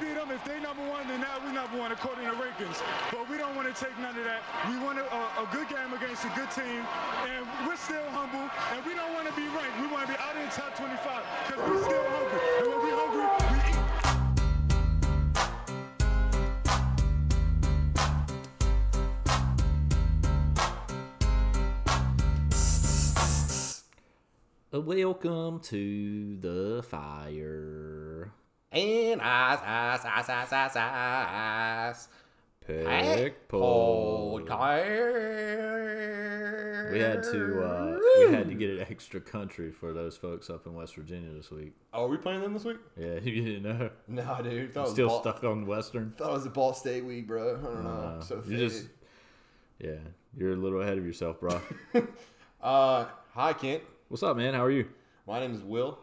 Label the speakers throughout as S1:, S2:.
S1: beat them. If they number one, then now we number one according to rankings. But we don't want to take none of that. We want a, a, a good game against a good team, and we're still humble. And we don't want to be ranked. We want to be out in the top 25 because we're still hungry. And when we're hungry, we eat.
S2: Welcome to the fire.
S3: And ice, ice, ice, ice, ice, ice. Oh,
S2: Pick pole.
S3: Podcast.
S2: We had to uh, we had to get an extra country for those folks up in West Virginia this week.
S3: Oh, are we playing them this week?
S2: Yeah, you didn't know.
S3: No, dude. Thought it was
S2: Still
S3: Oh, Ball-
S2: stuck on Western.
S3: Thought it was a Ball State week, bro. I don't know.
S2: Uh,
S3: so
S2: you
S3: faded.
S2: just yeah, you're a little ahead of yourself, bro.
S3: Uh, hi, Kent.
S2: What's up, man? How are you?
S3: My name is Will.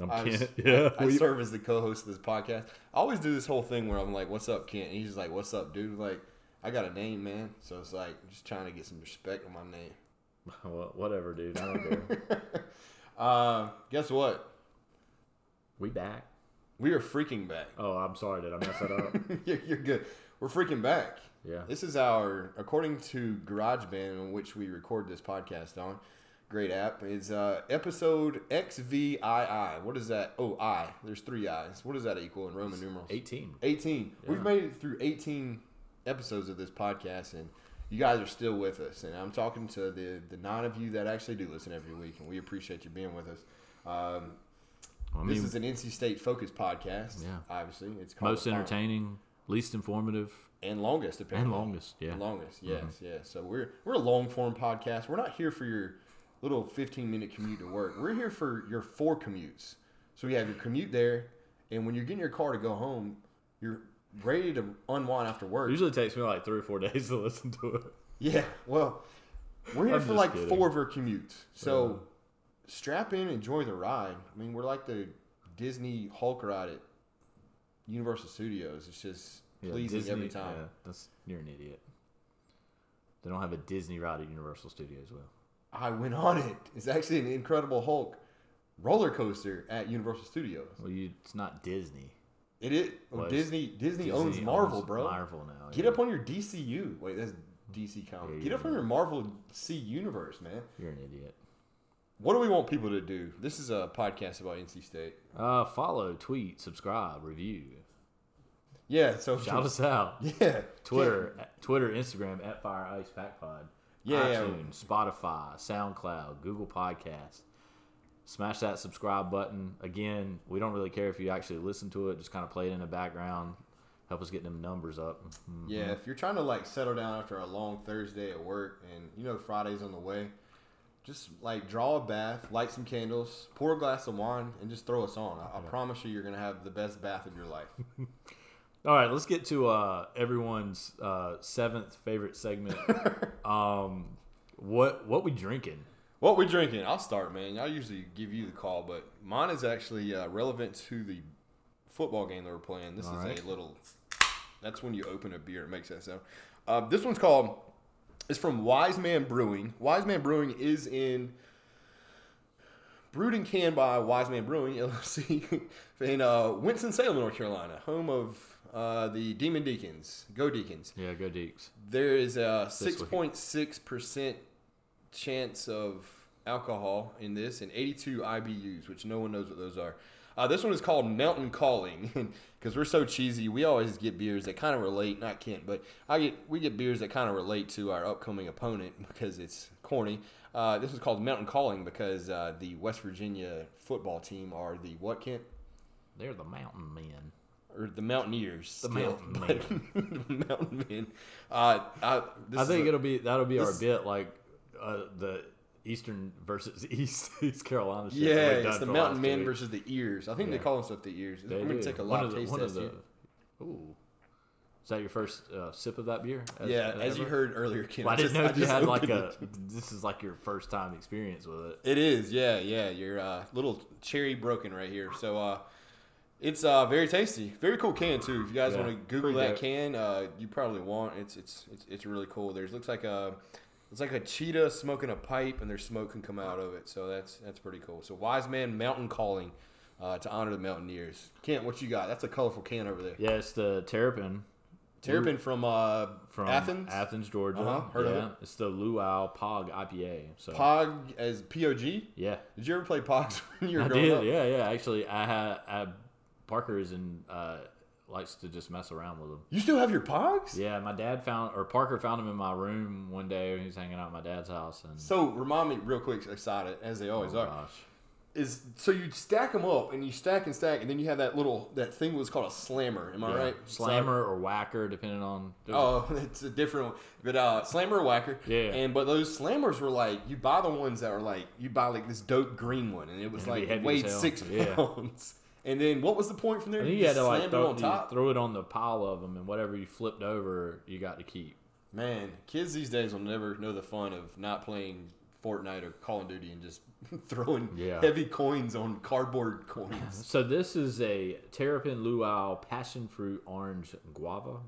S2: I'm
S3: I was-
S2: Kent. Yeah,
S3: I
S2: we-
S3: serve as the co-host of this podcast. I always do this whole thing where I'm like, "What's up, Kent?" And he's just like, "What's up, dude?" Like, I got a name, man. So it's like just trying to get some respect on my name.
S2: Well, whatever, dude. I don't care.
S3: Uh, guess what?
S2: we back.
S3: We are freaking back.
S2: Oh, I'm sorry. Did I mess that up?
S3: you're, you're good. We're freaking back.
S2: Yeah.
S3: This is our, according to GarageBand, on which we record this podcast on, great app, is uh, episode XVII. What is that? Oh, I. There's three I's. What does that equal in Roman numerals?
S2: 18.
S3: 18. We've
S2: Yeah.
S3: made it through 18 episodes of this podcast, and you guys are still with us. And I'm talking to the, the nine of you that actually do listen every week, and we appreciate you being with us. Um,
S2: I
S3: this
S2: mean,
S3: is an NC State focused podcast.
S2: Yeah.
S3: Obviously, it's called
S2: most
S3: The Farm.
S2: entertaining, least informative,
S3: and longest apparently
S2: and longest. Yeah. Mm-hmm.
S3: longest yes yes so we're we're a long form podcast we're not here for your little 15 minute commute to work we're here for your four commutes so you have your commute there and when you're getting your car to go home you're ready to unwind after work
S2: Usually takes me like three or four days to listen to it.
S3: yeah well we're here
S2: I'm
S3: for
S2: just
S3: like
S2: kidding.
S3: four of our commutes so strap in enjoy the ride i mean we're like the disney hulk ride at universal studios it's just
S2: Yeah,
S3: pleasing every
S2: Disney-
S3: time
S2: yeah, that's you're an idiot. They don't have a Disney ride at Universal Studios. Well,
S3: I went on it. It's actually an Incredible Hulk roller coaster at Universal Studios.
S2: well, you, it's not Disney.
S3: It is oh,
S2: Well, it's-
S3: Disney, Disney. owns Marvel,
S2: owns
S3: bro.
S2: Marvel now.
S3: Get
S2: yeah.
S3: up on your DCU. Wait, that's DC comic.
S2: Yeah,
S3: Get
S2: yeah,
S3: up on
S2: yeah.
S3: your Marvel C universe, man.
S2: You're an idiot.
S3: What do we want people to do? This is a podcast about NC State.
S2: Uh, follow, tweet, subscribe, review.
S3: Yeah. So
S2: Shout us out.
S3: Yeah.
S2: Twitter, at- Twitter, Instagram at Fire Ice Pack Pod.
S3: Yeah, yeah.
S2: iTunes, Spotify, SoundCloud, Google Podcast. Smash that subscribe button. Again, we don't really care if you actually listen to it. Just kind of play it in the background. Help us get them numbers up. Mhm.
S3: Yeah, if you're trying to like settle down after a long Thursday at work and you know Friday's on the way, just like draw a bath, light some candles, pour a glass of wine, and just throw us on. I, I promise you, you're gonna have the best bath of your life.
S2: All right, let's get to uh, everyone's uh, seventh favorite segment. um, what what we drinking?
S3: what we drinking? I'll start, man. I usually give you the call, but mine is actually uh, relevant to the football game that we're playing. This
S2: All
S3: is
S2: right.
S3: a little. That's when you open a beer. It makes that sound. Uh, this one's called. It's from Wise Man Brewing. Wise Man Brewing is in. Brewed and canned by Wise Man Brewing LLC in uh, Winston Salem, North Carolina, home of uh, the Demon Deacons. Go Deacons.
S2: Yeah, go Deeks.
S3: There is a
S2: week.
S3: 6.6% chance of alcohol in this and 82 IBUs, which no one knows what those are. Uh, this one is called Mountain Calling because we're so cheesy. We always get beers that kind of relate, not Kent, but I get we get beers that kind of relate to our upcoming opponent because it's corny. Uh, this is called Mountain Calling because uh, the West Virginia football team are the what Kent
S2: They're the mountain men.
S3: or the Mountaineers.
S2: The
S3: still,
S2: Mountain
S3: but- the Mountain Men. Uh, I, this
S2: I
S3: is
S2: think
S3: a-
S2: it'll be that'll be our
S3: this-
S2: bit like uh, the Eastern versus East East Carolina. Shit that
S3: Yeah,
S2: we've done
S3: it's the
S2: for
S3: Mountain
S2: last
S3: Men
S2: two weeks.
S3: versus the ears. I think
S2: Yeah.
S3: they call them stuff the ears.
S2: They
S3: I'm gonna
S2: do.
S3: take a
S2: One
S3: live
S2: of the-
S3: taste
S2: one of
S3: test. here.
S2: the- Ooh, is that your first uh, sip of that beer?
S3: yeah, as you
S2: ever?
S3: heard earlier, Ken.
S2: Well, I didn't
S3: just-
S2: know if you
S3: just
S2: had like
S3: opened
S2: a.
S3: it.
S2: This is like your first time experience with it.
S3: It is, yeah, yeah. Your uh, little cherry broken right here. So uh, it's uh, very tasty, very cool can too. If you guys
S2: Yeah,
S3: want to Google
S2: pretty
S3: that
S2: dope.
S3: can, uh, you probably want. It's it's it's, it's really cool. There's looks like a it's like a cheetah smoking a pipe, and their smoke can come out of it. So that's that's pretty cool. So Wise Man Mountain Calling. uh, to honor the Mountaineers. Kent, what you got? That's a colorful can over there.
S2: Yeah, it's the Terrapin
S3: Terrapin from uh,
S2: from
S3: Athens.
S2: Athens, Georgia.
S3: Uh-huh, heard
S2: yeah,
S3: of it.
S2: it's the Luau Pog IPA. So
S3: Pog as P O G.
S2: yeah,
S3: Did you ever play Pogs when you were
S2: I
S3: growing
S2: did.
S3: up?
S2: Yeah, yeah. Actually, I had I, Parker is in uh, likes to just mess around with them.
S3: You still have your Pogs?
S2: Yeah, my dad found or Parker found him in my room one day when he was hanging out at my dad's house and
S3: So remind me real quick, excited as
S2: Oh
S3: they always are.
S2: gosh.
S3: Is so you stack them up and you stack and stack, and then you have that little that thing was called a slammer. Am I
S2: Yeah.
S3: right?
S2: Slammer or whacker, depending on
S3: So- oh, it's a different one, but uh, slammer or whacker.
S2: Yeah.
S3: And but those slammers were like you buy the ones that were like you buy like this dope green one, and it was
S2: It'd be
S3: like
S2: heavy as
S3: weighed
S2: hell.
S3: six
S2: Yeah.
S3: pounds. And then what was the point from there?
S2: I think you had
S3: just
S2: to like
S3: slammed it
S2: throw,
S3: on
S2: you
S3: top.
S2: throw it on the pile of them, and whatever you flipped over, you got to keep.
S3: Man, kids these days will never know the fun of not playing Fortnite or Call of Duty and just throwing
S2: Yeah.
S3: heavy coins on cardboard coins.
S2: So this is a terrapin luau passion fruit orange guava.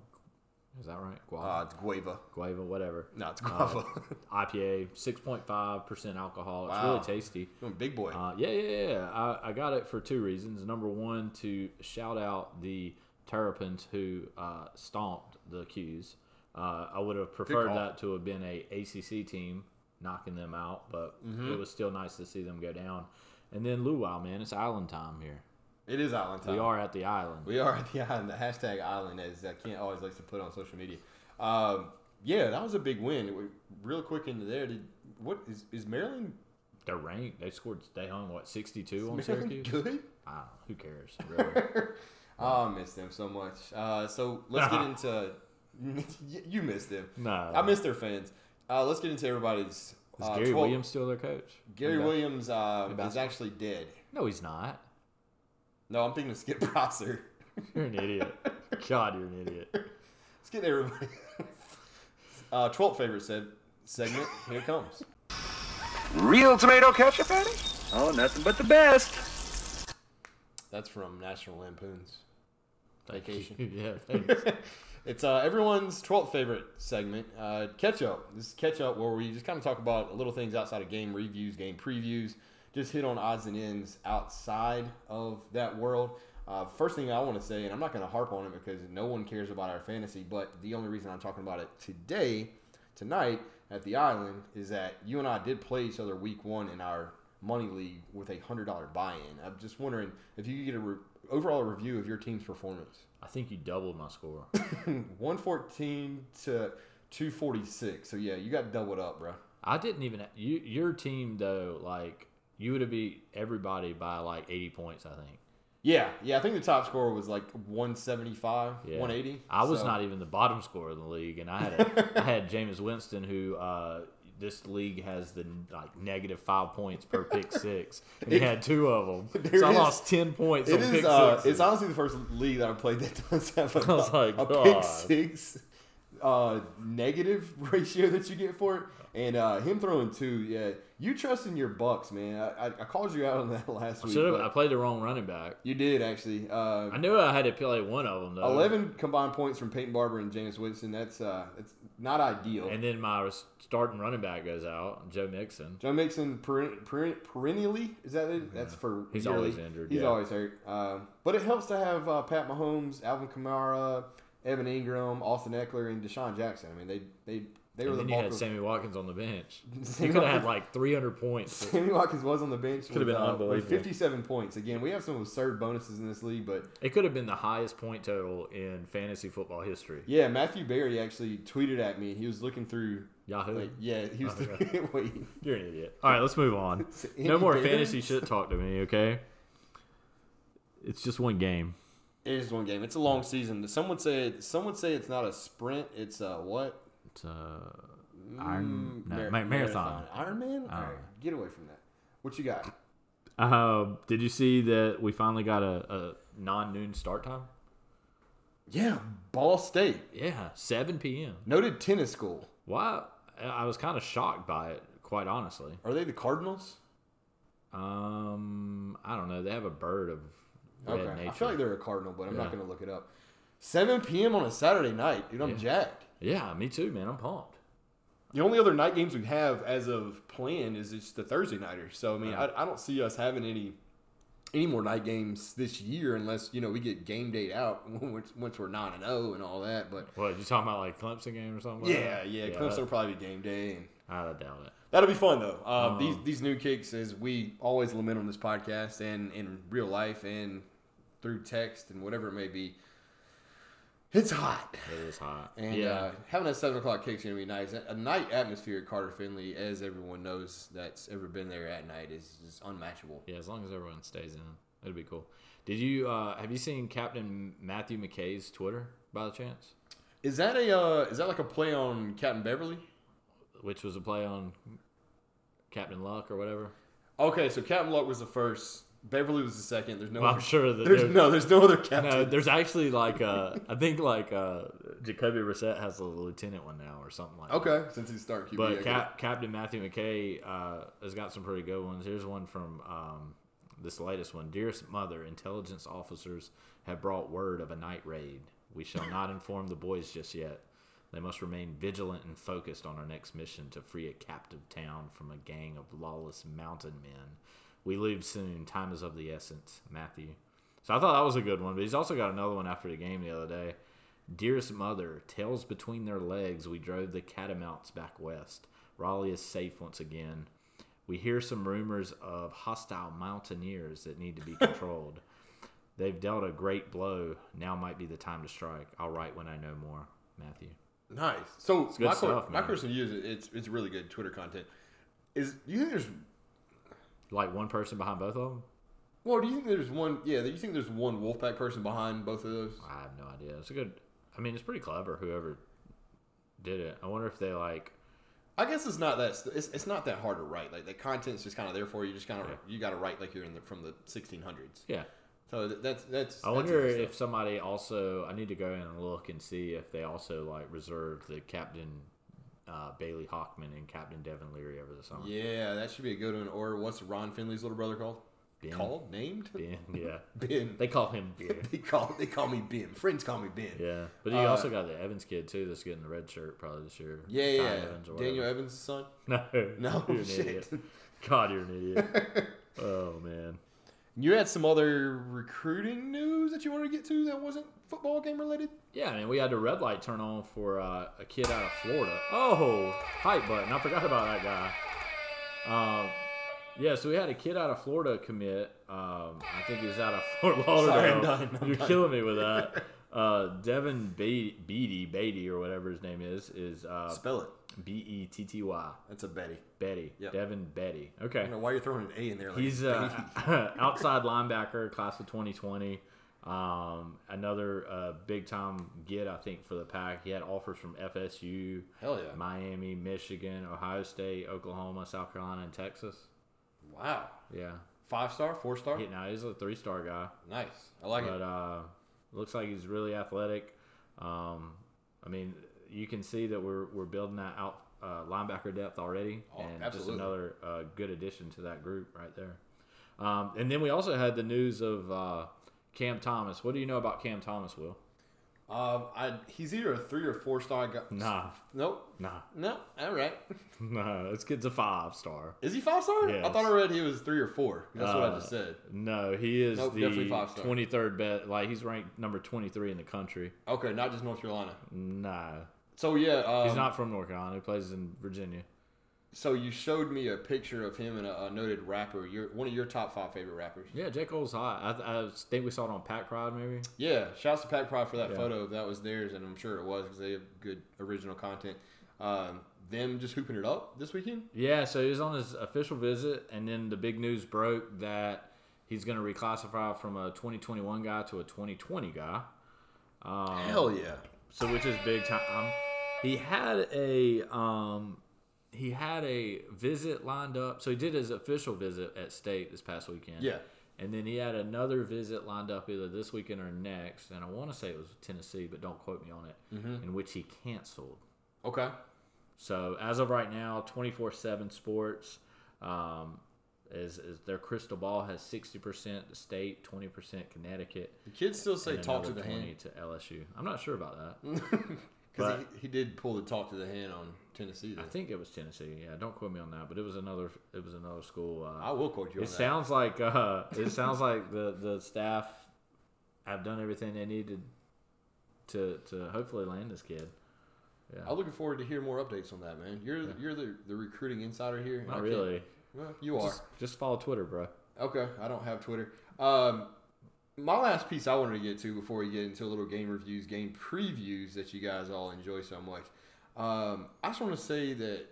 S2: Is that right?
S3: Ah,
S2: Guava,
S3: it's guava.
S2: guava, whatever.
S3: No, it's guava.
S2: IPA, six point five percent alcohol. It's
S3: Wow.
S2: really tasty.
S3: You're a big boy.
S2: Uh, yeah, yeah, yeah. I, I got it for two reasons. Number one, to shout out the Terrapins who uh, stomped the Qs. Uh, I would have preferred
S3: call.
S2: that to have been a ACC team knocking them out, but
S3: Mm-hmm.
S2: it was still nice to see them go down. And then Luau, man, it's island time here.
S3: it is island time.
S2: We are at the island.
S3: Uh, We are at the island. The hashtag island, as uh, Kent always likes to put on social media. Um, yeah, that was a big win. We- Real quick into there. Did what is is Maryland?
S2: They're ranked. They scored. They hung what sixty two on
S3: Maryland
S2: Oh, Syracuse.
S3: good?
S2: I don't know. Who cares?
S3: Uh,
S2: Really?
S3: Oh, I miss them so much. Uh, so let's get into. Y- you missed them.
S2: No.
S3: I miss their fans. Uh, let's get into everybody's.
S2: Is
S3: uh,
S2: Gary
S3: 12
S2: Williams still their coach?
S3: Gary
S2: Okay.
S3: Williams uh,
S2: About-
S3: is actually dead.
S2: No, he's not.
S3: No, I'm thinking of Skip Prosser.
S2: You're an idiot. God, you're an idiot.
S3: Let's get everybody. uh, 12th favorite said segment. Here it comes.
S4: Real tomato ketchup, Eddie? Oh, nothing but the best.
S3: That's from National Lampoon's
S2: Thank you.
S3: Vacation.
S2: yeah, thanks.
S3: it's uh, everyone's 12th favorite segment, uh, Catch Up. This is Catch Up where we just kind of talk about little things outside of game reviews, game previews, just hit on odds and ends outside of that world. Uh, first thing I want to say, and I'm not going to harp on it because no one cares about our fantasy, but the only reason I'm talking about it today, tonight at the island, is that you and I did play each other week one in our money league with a $100 buy in. I'm just wondering if you could get a re- overall review of your team's performance.
S2: I think you doubled my score.
S3: 114 to 246. So yeah, you got doubled up, bro.
S2: I didn't even you your team though. Like you would have beat everybody by like eighty points. I think.
S3: Yeah, yeah. I think the top score was like 175,
S2: Yeah.
S3: 180.
S2: I was
S3: So-
S2: not even the bottom scorer in the league, and I had a, I had Jameis Winston who. uh this league has the like negative five points per pick six, and he had two of them, so
S3: There
S2: I
S3: is-
S2: lost ten points
S3: It
S2: on pick
S3: is. Uh,
S2: sixes.
S3: it's honestly the first league that I played that does have a,
S2: I was like,
S3: a
S2: God.
S3: pick six uh, negative ratio that you get for it, and uh, him throwing two. Yeah, you trust in your bucks, man. I, I, I called you out on that last week.
S2: Should have
S3: but
S2: I played the wrong running back?
S3: you did actually. Uh,
S2: I knew I had to play one of them though.
S3: 11 combined points from Peyton Barber and James Winston. That's uh, that's not ideal.
S2: and then my starting running back goes out, Joe Mixon.
S3: Joe Mixon per, per, perennially is that it? That's for
S2: He's
S3: yearly.
S2: always injured,
S3: He's
S2: yeah.
S3: always hurt. Uh, but it helps to have uh, Pat Mahomes, Alvin Kamara, Evan Ingram, Austin Eckler, and Deshaun Jackson. I mean, they they they were
S2: And
S3: the
S2: then you
S3: bulk
S2: had
S3: of.
S2: Sammy Watkins on the bench. He
S3: Sammy
S2: could have had
S3: Watkins-
S2: like 300 points.
S3: Sammy Watkins was on the bench.
S2: Could've
S3: with,
S2: been
S3: uh, with
S2: unbelievable.
S3: Fifty-seven points. Again, we have some absurd bonuses in this league, but
S2: It could have been the highest point total in fantasy football history.
S3: yeah, Matthew Barry actually tweeted at me. He was looking through.
S2: Yahoo.
S3: Like, yeah, he was.
S2: Oh,
S3: looking wait,
S2: You're an idiot. All right, let's move on. No
S3: Andy
S2: more
S3: Barron?
S2: fantasy shit talk to me, okay? It's just one game.
S3: it is one game. It's a long season. Some would say some would say it's not a sprint. It's a what?
S2: It's uh,
S3: Mm,
S2: Iron no,
S3: Mar-
S2: ma- marathon. Oh.
S3: Iron Man? All
S2: Iron
S3: right,
S2: Man.
S3: get away from that. What you got?
S2: Uh, did you see that we finally got a, a non noon start time?
S3: Yeah, Ball State.
S2: Yeah, 7 p.m.
S3: Noted tennis school.
S2: Why? I I was kind of shocked by it, quite honestly.
S3: Are they the Cardinals?
S2: Um, I don't know. They have a bird of red
S3: Okay.
S2: nature.
S3: I feel like they're a Cardinal, but I'm
S2: Yeah.
S3: not going to look it up. 7 p.m. on a Saturday night. Dude, I'm
S2: Yeah.
S3: jacked.
S2: yeah, me too, man. I'm pumped.
S3: The only other night games we have as of plan is it's the Thursday nighter. So, I mean,
S2: Yeah.
S3: I, I don't see us having any any more night games this year unless you know we get game date out once once we're nine and zero and all that. But
S2: What you talking about, like Clemson game or something? like
S3: yeah,
S2: that?
S3: yeah,
S2: that-
S3: Clemson will probably be game day and.
S2: I doubt it.
S3: That'll be fun though. Uh,
S2: Um,
S3: these these new kicks, as we always lament on this podcast and in real life and through text and whatever it may be, it's hot.
S2: It is hot.
S3: And
S2: yeah,
S3: uh, having a seven o'clock kick's gonna be nice. A night atmosphere at Carter Finley, as everyone knows that's ever been there at night, is just unmatchable.
S2: yeah. As long as everyone stays in, it'd be cool. Did you uh, have you seen Captain Matthew McKay's Twitter by the chance?
S3: Is that a uh, is that like a play on Captain Beverly?
S2: Which was a play on Captain Luck or whatever.
S3: Okay, so Captain Luck was the first. Beverly was the second. There's no.
S2: Well, I'm
S3: other-
S2: sure that
S3: Oh, There's
S2: there-
S3: no. There's no other Captain.
S2: No, there's actually like uh, I think like uh, Jacoby Brissett has a lieutenant one now or something like. that.
S3: Okay, since he's starting QB, I
S2: But
S3: get it.
S2: Cap- Captain Matthew McKay uh, has got some pretty good ones. Here's one from um, this latest one. Dearest mother, intelligence officers have brought word of a night raid. We shall not inform the boys just yet. They must remain vigilant and focused on our next mission to free a captive town from a gang of lawless mountain men. We leave soon. Time is of the essence, Matthew. So I thought that was a good one. But he's also got another one after the game the other day. Dearest mother, tails between their legs, we drove the catamounts back west. Raleigh is safe once again. We hear some rumors of hostile mountaineers that need to be controlled. They've dealt a great blow. Now might be the time to strike. I'll write when I know more, Matthew.
S3: Nice. So
S2: good
S3: my, que-
S2: stuff,
S3: my
S2: man.
S3: question to you is it's it's really good Twitter content. Is do you think there's
S2: Like one person behind both of them?
S3: well do you think there's one yeah do you think there's one Wolfpack person behind both of those?
S2: I have no idea. It's a good. I mean, it's pretty clever. Whoever did it. I wonder if they like.
S3: I guess it's not that it's, it's not that hard to write. Like the content's just kind of there for you. You Just kind of you got to write like you're in the, from the 1600s.
S2: Yeah.
S3: So th- that's that's.
S2: I
S3: that's
S2: wonder
S3: good
S2: if
S3: stuff.
S2: somebody also. I need to go in and look and see if they also like reserved the captain uh, Bailey Hawkman and Captain Devin Leary over the summer.
S3: Yeah, that should be a good one. Or what's Ron Finley's little brother called?
S2: Ben.
S3: Called named
S2: Ben, yeah.
S3: Ben.
S2: They call him Ben.
S3: They call they call me Ben. Friends call me Ben.
S2: yeah, but you
S3: Uh,
S2: also got the Evans kid too. That's getting the red shirt probably this year.
S3: Yeah,
S2: Ty
S3: yeah.
S2: Evans or whatever.
S3: Daniel Evans' son.
S2: No,
S3: No,
S2: you're an
S3: shit.
S2: idiot. God, you're an idiot. oh man.
S3: You had some other recruiting news that you wanted to get to that wasn't football game related?
S2: Yeah, man, we had the red light turn on for uh, a kid out of Florida. Oh, hype button. I forgot about that guy. Um, yeah, so we had a kid out of Florida commit. Um, I think he was out of Fort Lauderdale.
S3: Sorry, I'm done. I'm
S2: You're
S3: done.
S2: killing me with that. Uh, Devin Be- Beatty, Beatty, or whatever his name is, is uh,
S3: Spell it.
S2: B E T T Y.
S3: That's a Betty.
S2: Betty.
S3: Yep.
S2: Devin Betty.
S3: I
S2: Okay.
S3: don't know why you're throwing an A in there. Like
S2: He's uh,
S3: Betty.
S2: outside linebacker, class of 2020. Um, another uh, big time get, I think, for the pack. He had offers from FSU,
S3: Hell yeah.
S2: Miami, Michigan, Ohio State, Oklahoma, South Carolina, and Texas.
S3: wow.
S2: Yeah,
S3: Five star, four star?
S2: he, now he's a three star guy,
S3: Nice. I like
S2: but
S3: it.
S2: uh, looks like he's really athletic. Um, I mean, you can see that we're we're building that out uh, linebacker depth already,
S3: Oh,
S2: and
S3: absolutely.
S2: just another uh, good addition to that group right there. Um, and then we also had the news of uh, Cam Thomas. What do you know about Cam Thomas, Will?
S3: Um, I, he's either a three or four star guy.
S2: Nah,
S3: Nope.
S2: nah,
S3: No. All right.
S2: nah. This kid's a five star.
S3: Is he five star?
S2: Yes.
S3: I thought I read he was three or four. That's what I
S2: Uh,
S3: just said.
S2: No, he is
S3: Nope,
S2: the
S3: definitely five star.
S2: twenty third best. Like he's ranked number twenty three in the country.
S3: Okay, not just North Carolina.
S2: Nah,
S3: So yeah, um,
S2: he's not from North Carolina. He plays in Virginia.
S3: So you showed me a picture of him and a, a noted rapper. Your one of your top five favorite rappers.
S2: Yeah, J Cole's hot. I, I think we saw it on Pack Pride, maybe.
S3: Yeah, shouts to Pack Pride for that
S2: Yeah.
S3: photo if that was theirs, and I'm sure it was because they have good original content. Um, them just hooping it up this weekend.
S2: Yeah, so he was on his official visit, and then the big news broke that he's going to reclassify from a 2021 guy to a 2020 guy. Um,
S3: Hell yeah!
S2: so which is big time. He had a um, he had a visit lined up. So he did his official visit at state this past weekend.
S3: Yeah.
S2: and then he had another visit lined up either this weekend or next. And I want to say it was Tennessee, but don't quote me on it. In which he canceled.
S3: Okay,
S2: So as of right now, twenty four seven Sports um, is, is their crystal ball has sixty percent the state, twenty percent Connecticut,
S3: the kids still say
S2: and
S3: talk to
S2: another
S3: the
S2: 20
S3: hand
S2: to LSU. I'm not sure about that.
S3: Because
S2: But-
S3: he, he did pull the talk to the hand on Tennessee. Though.
S2: I
S3: I,
S2: think it was Tennessee. Yeah, don't quote me on that, but it was another it was another school. Uh,
S3: will quote you
S2: It
S3: on that.
S2: sounds like uh, it sounds like the, the staff have done everything they needed to to hopefully land this kid.
S3: I'm looking forward to hear more updates on that, man. You're you're the, the recruiting insider here. and I
S2: Not
S3: can't-
S2: really.
S3: Well, you are.
S2: Just, just follow Twitter, bro.
S3: Okay, I don't have Twitter. Um, my last piece I wanted to get to before we get into a little game reviews, game previews that you guys all enjoy so much. Um, I just want to say that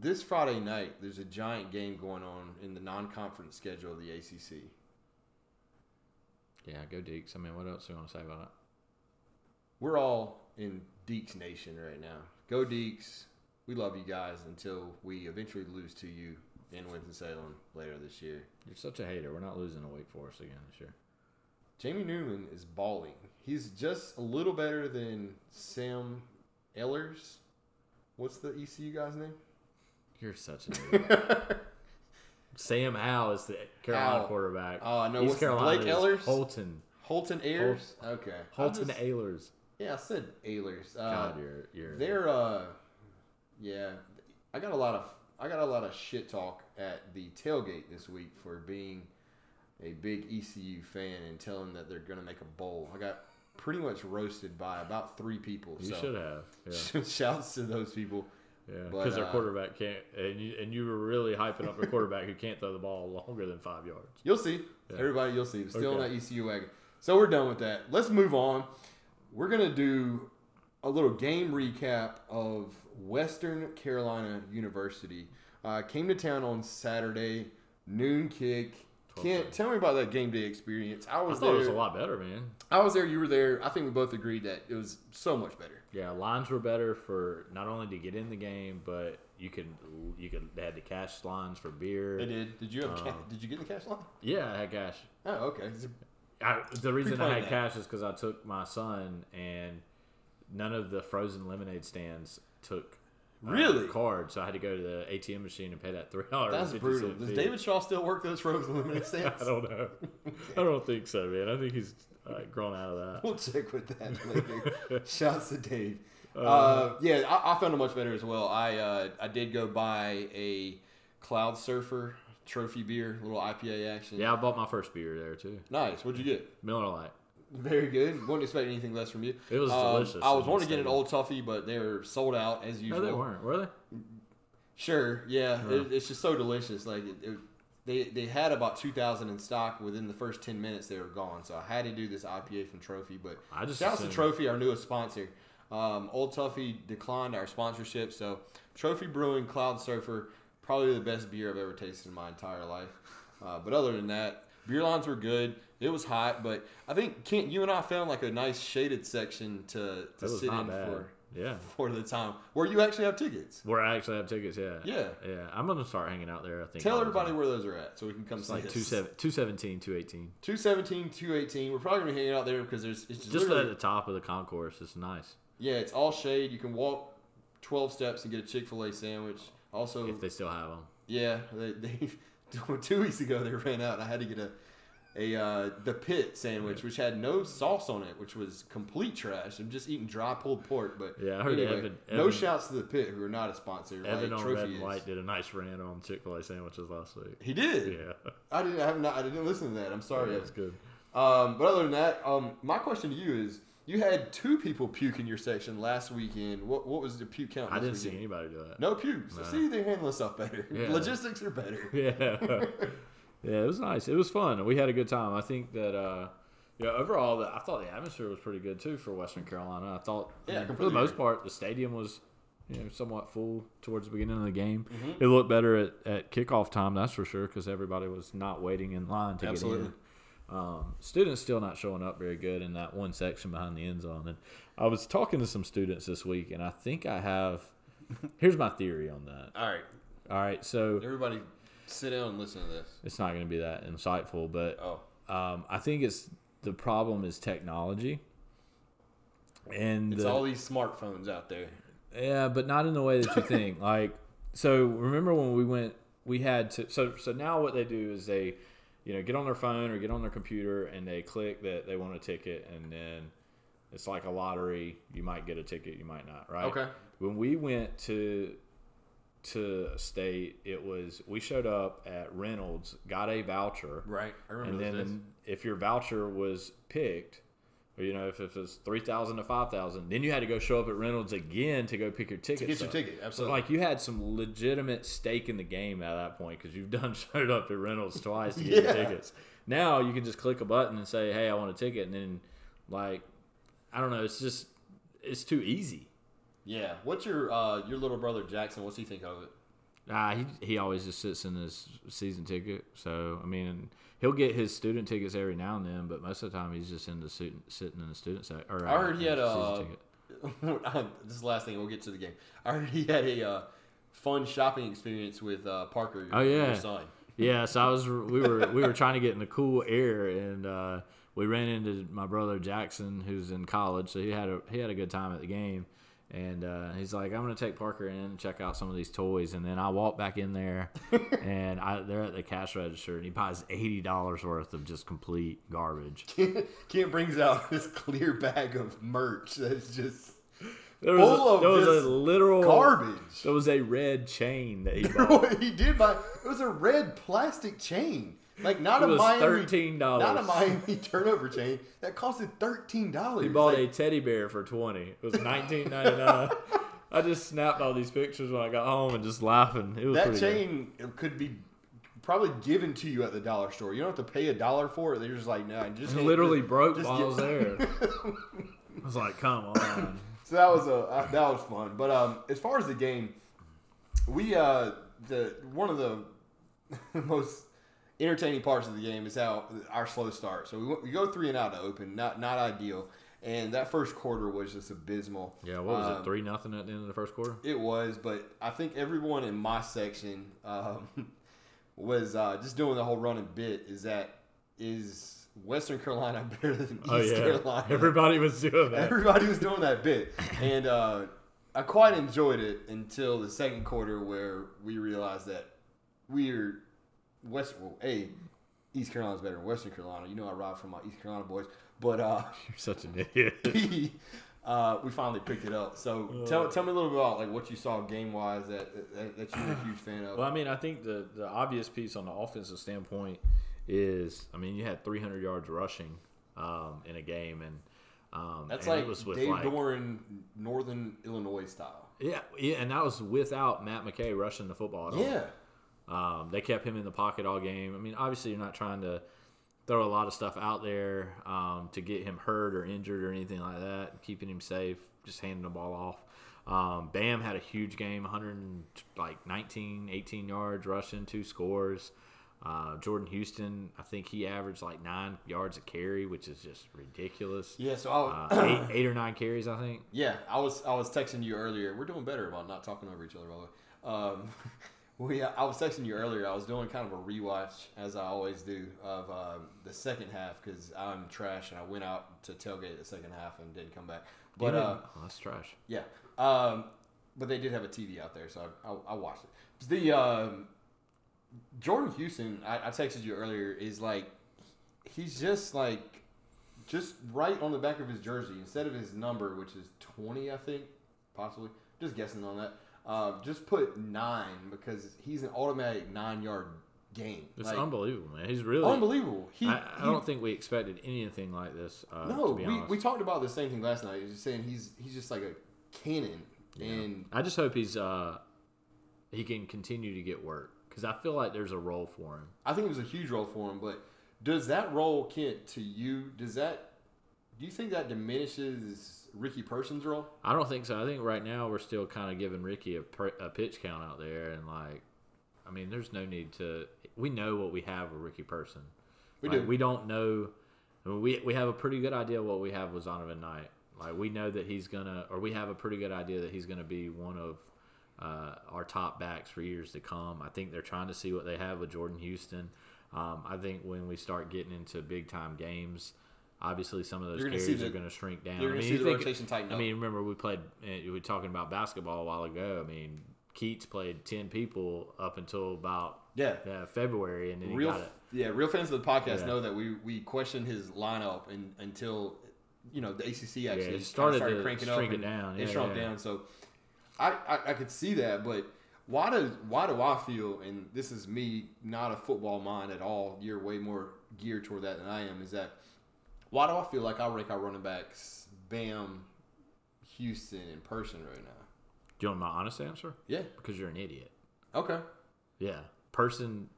S3: this Friday night there's a giant game going on in the non-conference schedule of the ACC.
S2: Yeah, go Deeks. I mean, what else do you want to say about it?
S3: We're all in Deeks Nation right now. Go Deeks! We love you guys until we eventually lose to you in Winston Salem later this year.
S2: You're such a hater. We're not losing a Wake Forest again this year.
S3: Jamie Newman is balling. He's just a little better than Sam Ellers. What's the ECU guy's name?
S2: You're such a hater. Sam Howe is the Carolina
S3: Howe.
S2: quarterback.
S3: Oh, I know.
S2: East
S3: What's the- Blake
S2: Carolina's
S3: Ehlers?
S2: Holton.
S3: Holton Ayers. Okay. I
S2: Holton
S3: just-
S2: Ayler's.
S3: Yeah, I said Ayers. Uh,
S2: God, you're you're.
S3: They're uh, yeah. I got a lot of I got a lot of shit talk at the tailgate this week for being a big ECU fan and telling that they're gonna make a bowl. I got pretty much roasted by about three people.
S2: you
S3: so.
S2: should have. Yeah.
S3: Shouts to those people.
S2: Yeah,
S3: But,
S2: because their
S3: uh,
S2: quarterback can't, and you and you were really hyping up a quarterback who can't throw the ball longer than five yards.
S3: You'll see. Everybody, you'll see. Still E on
S2: Okay.
S3: that ECU wagon. So we're done with that. Let's move on. We're going to do a little game recap of Western Carolina University. Uh, came to town on Saturday, noon kick. Kent, tell me about that game day experience. I
S2: I
S3: was
S2: thought it was
S3: there.
S2: a lot better, man.
S3: I was there. You were there. I think we both agreed that it was so much better.
S2: Yeah, lines were better for not only to get in the game, but you could you could they had the cash lines for beer.
S3: did. Did you
S2: Um,
S3: have? did you get in the cash line?
S2: Yeah, I had cash.
S3: Oh, okay.
S2: I, the reason I
S3: Pre-planned
S2: had
S3: that.
S2: cash is because I took my son, and none of the frozen lemonade stands took uh,
S3: Really?
S2: cards, so I had to go to the ATM machine and pay that three dollars.
S3: That's brutal. Does David Shaw still work those frozen lemonade stands?
S2: I don't know. I don't think so, man. I think he's uh, grown out of that.
S3: We'll check with that later. Shouts to Dave. Uh, yeah, I, I found it much better as well. I uh, I did go buy a Cloud Surfer trophy beer, little IPA action.
S2: Yeah, I bought my first beer there too.
S3: Nice. What'd you get?
S2: Miller Lite.
S3: Very good. Wouldn't expect anything less from you.
S2: It was
S3: Um,
S2: delicious.
S3: I
S2: It
S3: was
S2: was
S3: wanting to get an
S2: insane.
S3: Old Toffee, but they were sold out as
S2: No,
S3: usual.
S2: they weren't, were they?
S3: Sure. Yeah.
S2: Uh-huh.
S3: It, it's just so delicious. Like it, it, they they had about two thousand in stock within the first ten minutes. They were gone. So I had to do this IPA from Trophy. But
S2: I just
S3: shouts to
S2: assumed-
S3: Trophy, our newest sponsor. Um, Old Toffee declined our sponsorship. So Trophy Brewing Cloud Surfer, probably the best beer I've ever tasted in my entire life. Uh, but other than that, beer lines were good. It was hot, but I think Kent, you and I found like a nice shaded section to, to
S2: It was
S3: sit
S2: not
S3: in
S2: bad.
S3: for
S2: Yeah.
S3: for the time where you actually have tickets.
S2: Where I actually have tickets, yeah.
S3: Yeah.
S2: Yeah. I'm going to start hanging out there, I think.
S3: Tell
S2: all the
S3: everybody
S2: time.
S3: where those are at so we can come
S2: It's
S3: see
S2: like
S3: us.
S2: 27 217, 218.
S3: 217, 218. We're probably going to be hanging out there because there's it's
S2: Just
S3: just
S2: at the top of the concourse. It's nice.
S3: yeah, it's all shade. You can walk 12 steps and get a Chick fil A sandwich. Also,
S2: If they still have them.
S3: yeah, they, they two weeks ago they ran out. I had to get a a uh, the pit sandwich which had no sauce on it, which was complete trash. I'm just eating dry pulled pork, but
S2: Yeah, I heard
S3: anyway,
S2: Evan-
S3: no
S2: Evan-
S3: shouts to the pit who are not a sponsor.
S2: Evan
S3: like
S2: on
S3: Trophy
S2: Red and
S3: is.
S2: White did a nice rant on Chick fil A sandwiches last week.
S3: He did. Oh,
S2: Yeah.
S3: I didn't. I have not. I didn't listen to that. I'm sorry.
S2: That
S3: Evan.
S2: was good.
S3: Um, but other than that, um, my question to you is: You had two people puke in your section last weekend. What what was the puke count?
S2: I
S3: this
S2: didn't see
S3: weekend?
S2: anybody do that.
S3: No pukes. See, they're handling stuff better.
S2: Yeah.
S3: Logistics are better.
S2: yeah yeah it was nice it was fun we had a good time i think that uh yeah overall the, i thought the atmosphere was pretty good too for western carolina i thought I
S3: Yeah,
S2: mean, for the
S3: completely
S2: most
S3: agree.
S2: part the stadium was you know somewhat full towards the beginning of the game
S3: Mm-hmm.
S2: it looked better at, at kickoff time that's for sure because everybody was not waiting in line to
S3: Absolutely.
S2: get in um, students still not showing up very good in that one section behind the end zone and i was talking to some students this week and i think i have here's my theory on that
S3: All right,
S2: all right so
S3: everybody, sit down and listen to this.
S2: it's not going to be that insightful, but
S3: Oh,
S2: um, I think it's the problem is technology, and
S3: it's
S2: the-
S3: all these smartphones out there.
S2: yeah, but not in the way that you think. like, so remember when we went, we had to. So, so now what they do is they, you know, get on their phone or get on their computer and they click that they want a ticket, and then It's like a lottery. You might get a ticket, you might not, right?
S3: Okay.
S2: When we went to to state, it was we showed up at Reynolds, got a voucher,
S3: Right. I remember
S2: and then
S3: those days.
S2: if your voucher was picked, or, you know, if, if it was three thousand to five thousand, then you had to go show up at Reynolds again to go pick your ticket.
S3: get your ticket, absolutely.
S2: So like you had some legitimate stake in the game at that point because you've done showed up at Reynolds twice to get
S3: Yeah.
S2: your tickets. Now you can just click a button and say, "Hey, I want a ticket," and then like I don't know, it's just it's too easy.
S3: Yeah. What's your uh, your little brother Jackson? What's he think of it?
S2: Nah, he he always just sits in his season ticket. So I mean, he'll get his student tickets every now and then, but most of the time he's just in the student sitting in the student section. Or
S3: I heard
S2: uh,
S3: he had
S2: season
S3: a. um,
S2: ticket.
S3: this is the last thing. We'll get to the game. I heard he had a uh, fun shopping experience with uh, Parker. Your,
S2: Oh, yeah.
S3: Your son.
S2: Yeah, so I was we were we were trying to get in the cool air, and uh, we ran into my brother Jackson, who's in college. So he had a he had a good time at the game, and uh, he's like, "I'm gonna take Parker in and check out some of these toys." And then I walk back in there, and I they're at the cash register, and he buys eighty dollars worth of just complete garbage.
S3: Kent brings out this clear bag of merch that's just
S2: There was,
S3: Full
S2: a,
S3: of
S2: there was
S3: just
S2: a literal
S3: garbage.
S2: There was a red chain that he bought.
S3: he did buy. It was a red plastic chain, like not
S2: It
S3: a
S2: was
S3: Miami,
S2: $13.
S3: not a Miami turnover chain that costed thirteen dollars.
S2: He bought a teddy bear for twenty. It was nineteen ninety nine. I just snapped all these pictures when I got home and just laughing. It was
S3: that
S2: pretty good.
S3: chain could be probably given to you at the dollar store. You don't have to pay a dollar for it. They're just like, no, just
S2: It literally
S3: just-
S2: broke
S3: just
S2: while I
S3: get-
S2: was there. I was like, come on.
S3: So that was a uh, that was fun. But um, as far as the game, we uh the one of the most entertaining parts of the game is how our slow start. So we, went- we go three and out to open, not not ideal. And that first quarter was just abysmal.
S2: Yeah, what was
S3: Um,
S2: it? Three nothing at the end of the first quarter.
S3: It was, but I think everyone in my section um, was uh, just doing the whole running bit. Is that is Western Carolina better than East
S2: Oh yeah,
S3: Carolina?
S2: everybody was doing that.
S3: Everybody was doing that bit, and uh, I quite enjoyed it until the second quarter where we realized that we're West. Well, a East Carolina's better than Western Carolina. You know, I ride for my East Carolina boys, but uh,
S2: You're such an idiot.
S3: B, uh, we finally picked it up. So
S2: Uh,
S3: tell, tell me a little bit about like what you saw game wise that, that that you were a huge fan of.
S2: Well, I mean, I think the the obvious piece on the offensive standpoint is, I mean, you had 300 yards rushing um, in a game, and um,
S3: That's
S2: and it
S3: like
S2: was with
S3: Dave
S2: like-
S3: Doran, Northern Illinois style.
S2: Yeah, yeah, and that was without Matt McKay rushing the football. At all.
S3: Yeah,
S2: Um, they kept him in the pocket all game. I mean, obviously, you're not trying to throw a lot of stuff out there um, to get him hurt or injured or anything like that. Keeping him safe, just handing the ball off. Um, Bam had a huge game, 100 and, like 19, 18 yards rushing, two scores. Uh, Jordan Houston, I think he averaged like nine yards a carry, which is just ridiculous.
S3: yeah. So I,
S2: Uh, eight, eight or nine carries, I think.
S3: yeah, I was I was texting you earlier. We're doing better about not talking over each other, by the way. Um, we I was texting you earlier. I was doing kind of a rewatch as I always do of um, the second half because I'm trash and I went out to tailgate the second half and didn't come back. But
S2: Even-
S3: uh,
S2: oh, that's trash.
S3: Yeah. Um, but they did have a TV out there, so I, I, I watched it. The um, Jordan Houston, I, I texted you earlier, is like he's just like just right on the back of his jersey instead of his number, which is twenty, I think, possibly. Just guessing on that. Uh, just put nine because he's an automatic nine yard gain.
S2: It's
S3: Like,
S2: unbelievable, man. He's really
S3: unbelievable. He,
S2: I, I
S3: he
S2: don't think we expected anything like this. Uh,
S3: no,
S2: to be
S3: we,
S2: honest.
S3: we talked about the same thing last night. Just saying he's he's just like a cannon, and
S2: I just hope he's uh, he can continue to get work because I feel like there's a role for him.
S3: I think it was a huge role for him. But does that role, Kent, to you, does that do you think that diminishes Ricky Person's role?
S2: I don't think so. I think right now we're still kind of giving Ricky a, pr- a pitch count out there, and like, I mean, there's no need to. We know what we have with Ricky Person.
S3: We
S2: Like,
S3: do.
S2: We don't know. I mean, we we have a pretty good idea what we have with Zonovan Knight. Like we know that he's gonna, or we have a pretty good idea that he's gonna be one of uh, our top backs for years to come. I think they're trying to see what they have with Jordan Houston. Um, I think when we start getting into big time games, obviously some of those
S3: You're gonna see
S2: carries are
S3: the-
S2: going to shrink down.
S3: you're
S2: I
S3: gonna
S2: mean,
S3: see
S2: you
S3: the
S2: think-
S3: rotation tighten
S2: I
S3: up.
S2: mean, remember we played. uh, We were talking about basketball a while ago. I mean, Keats played ten people up until about
S3: Yeah.
S2: uh, February, and then he
S3: Real,
S2: got it.
S3: yeah, real fans of the podcast
S2: Yeah.
S3: know that we we questioned his lineup and, until you know, the ACC actually
S2: it
S3: kinda
S2: started to shrink it
S3: and
S2: down.
S3: it
S2: Yeah,
S3: shrunk
S2: yeah.
S3: down. So I, I I could see that, but why does why do I feel and this is me not a football mind at all. You're way more geared toward that than I am. Is that why do I feel like I rank our running backs Bam, Houston, and Person right now?
S2: Do you want my honest answer?
S3: Yeah.
S2: Because you're an idiot.
S3: Okay.
S2: Yeah. Person,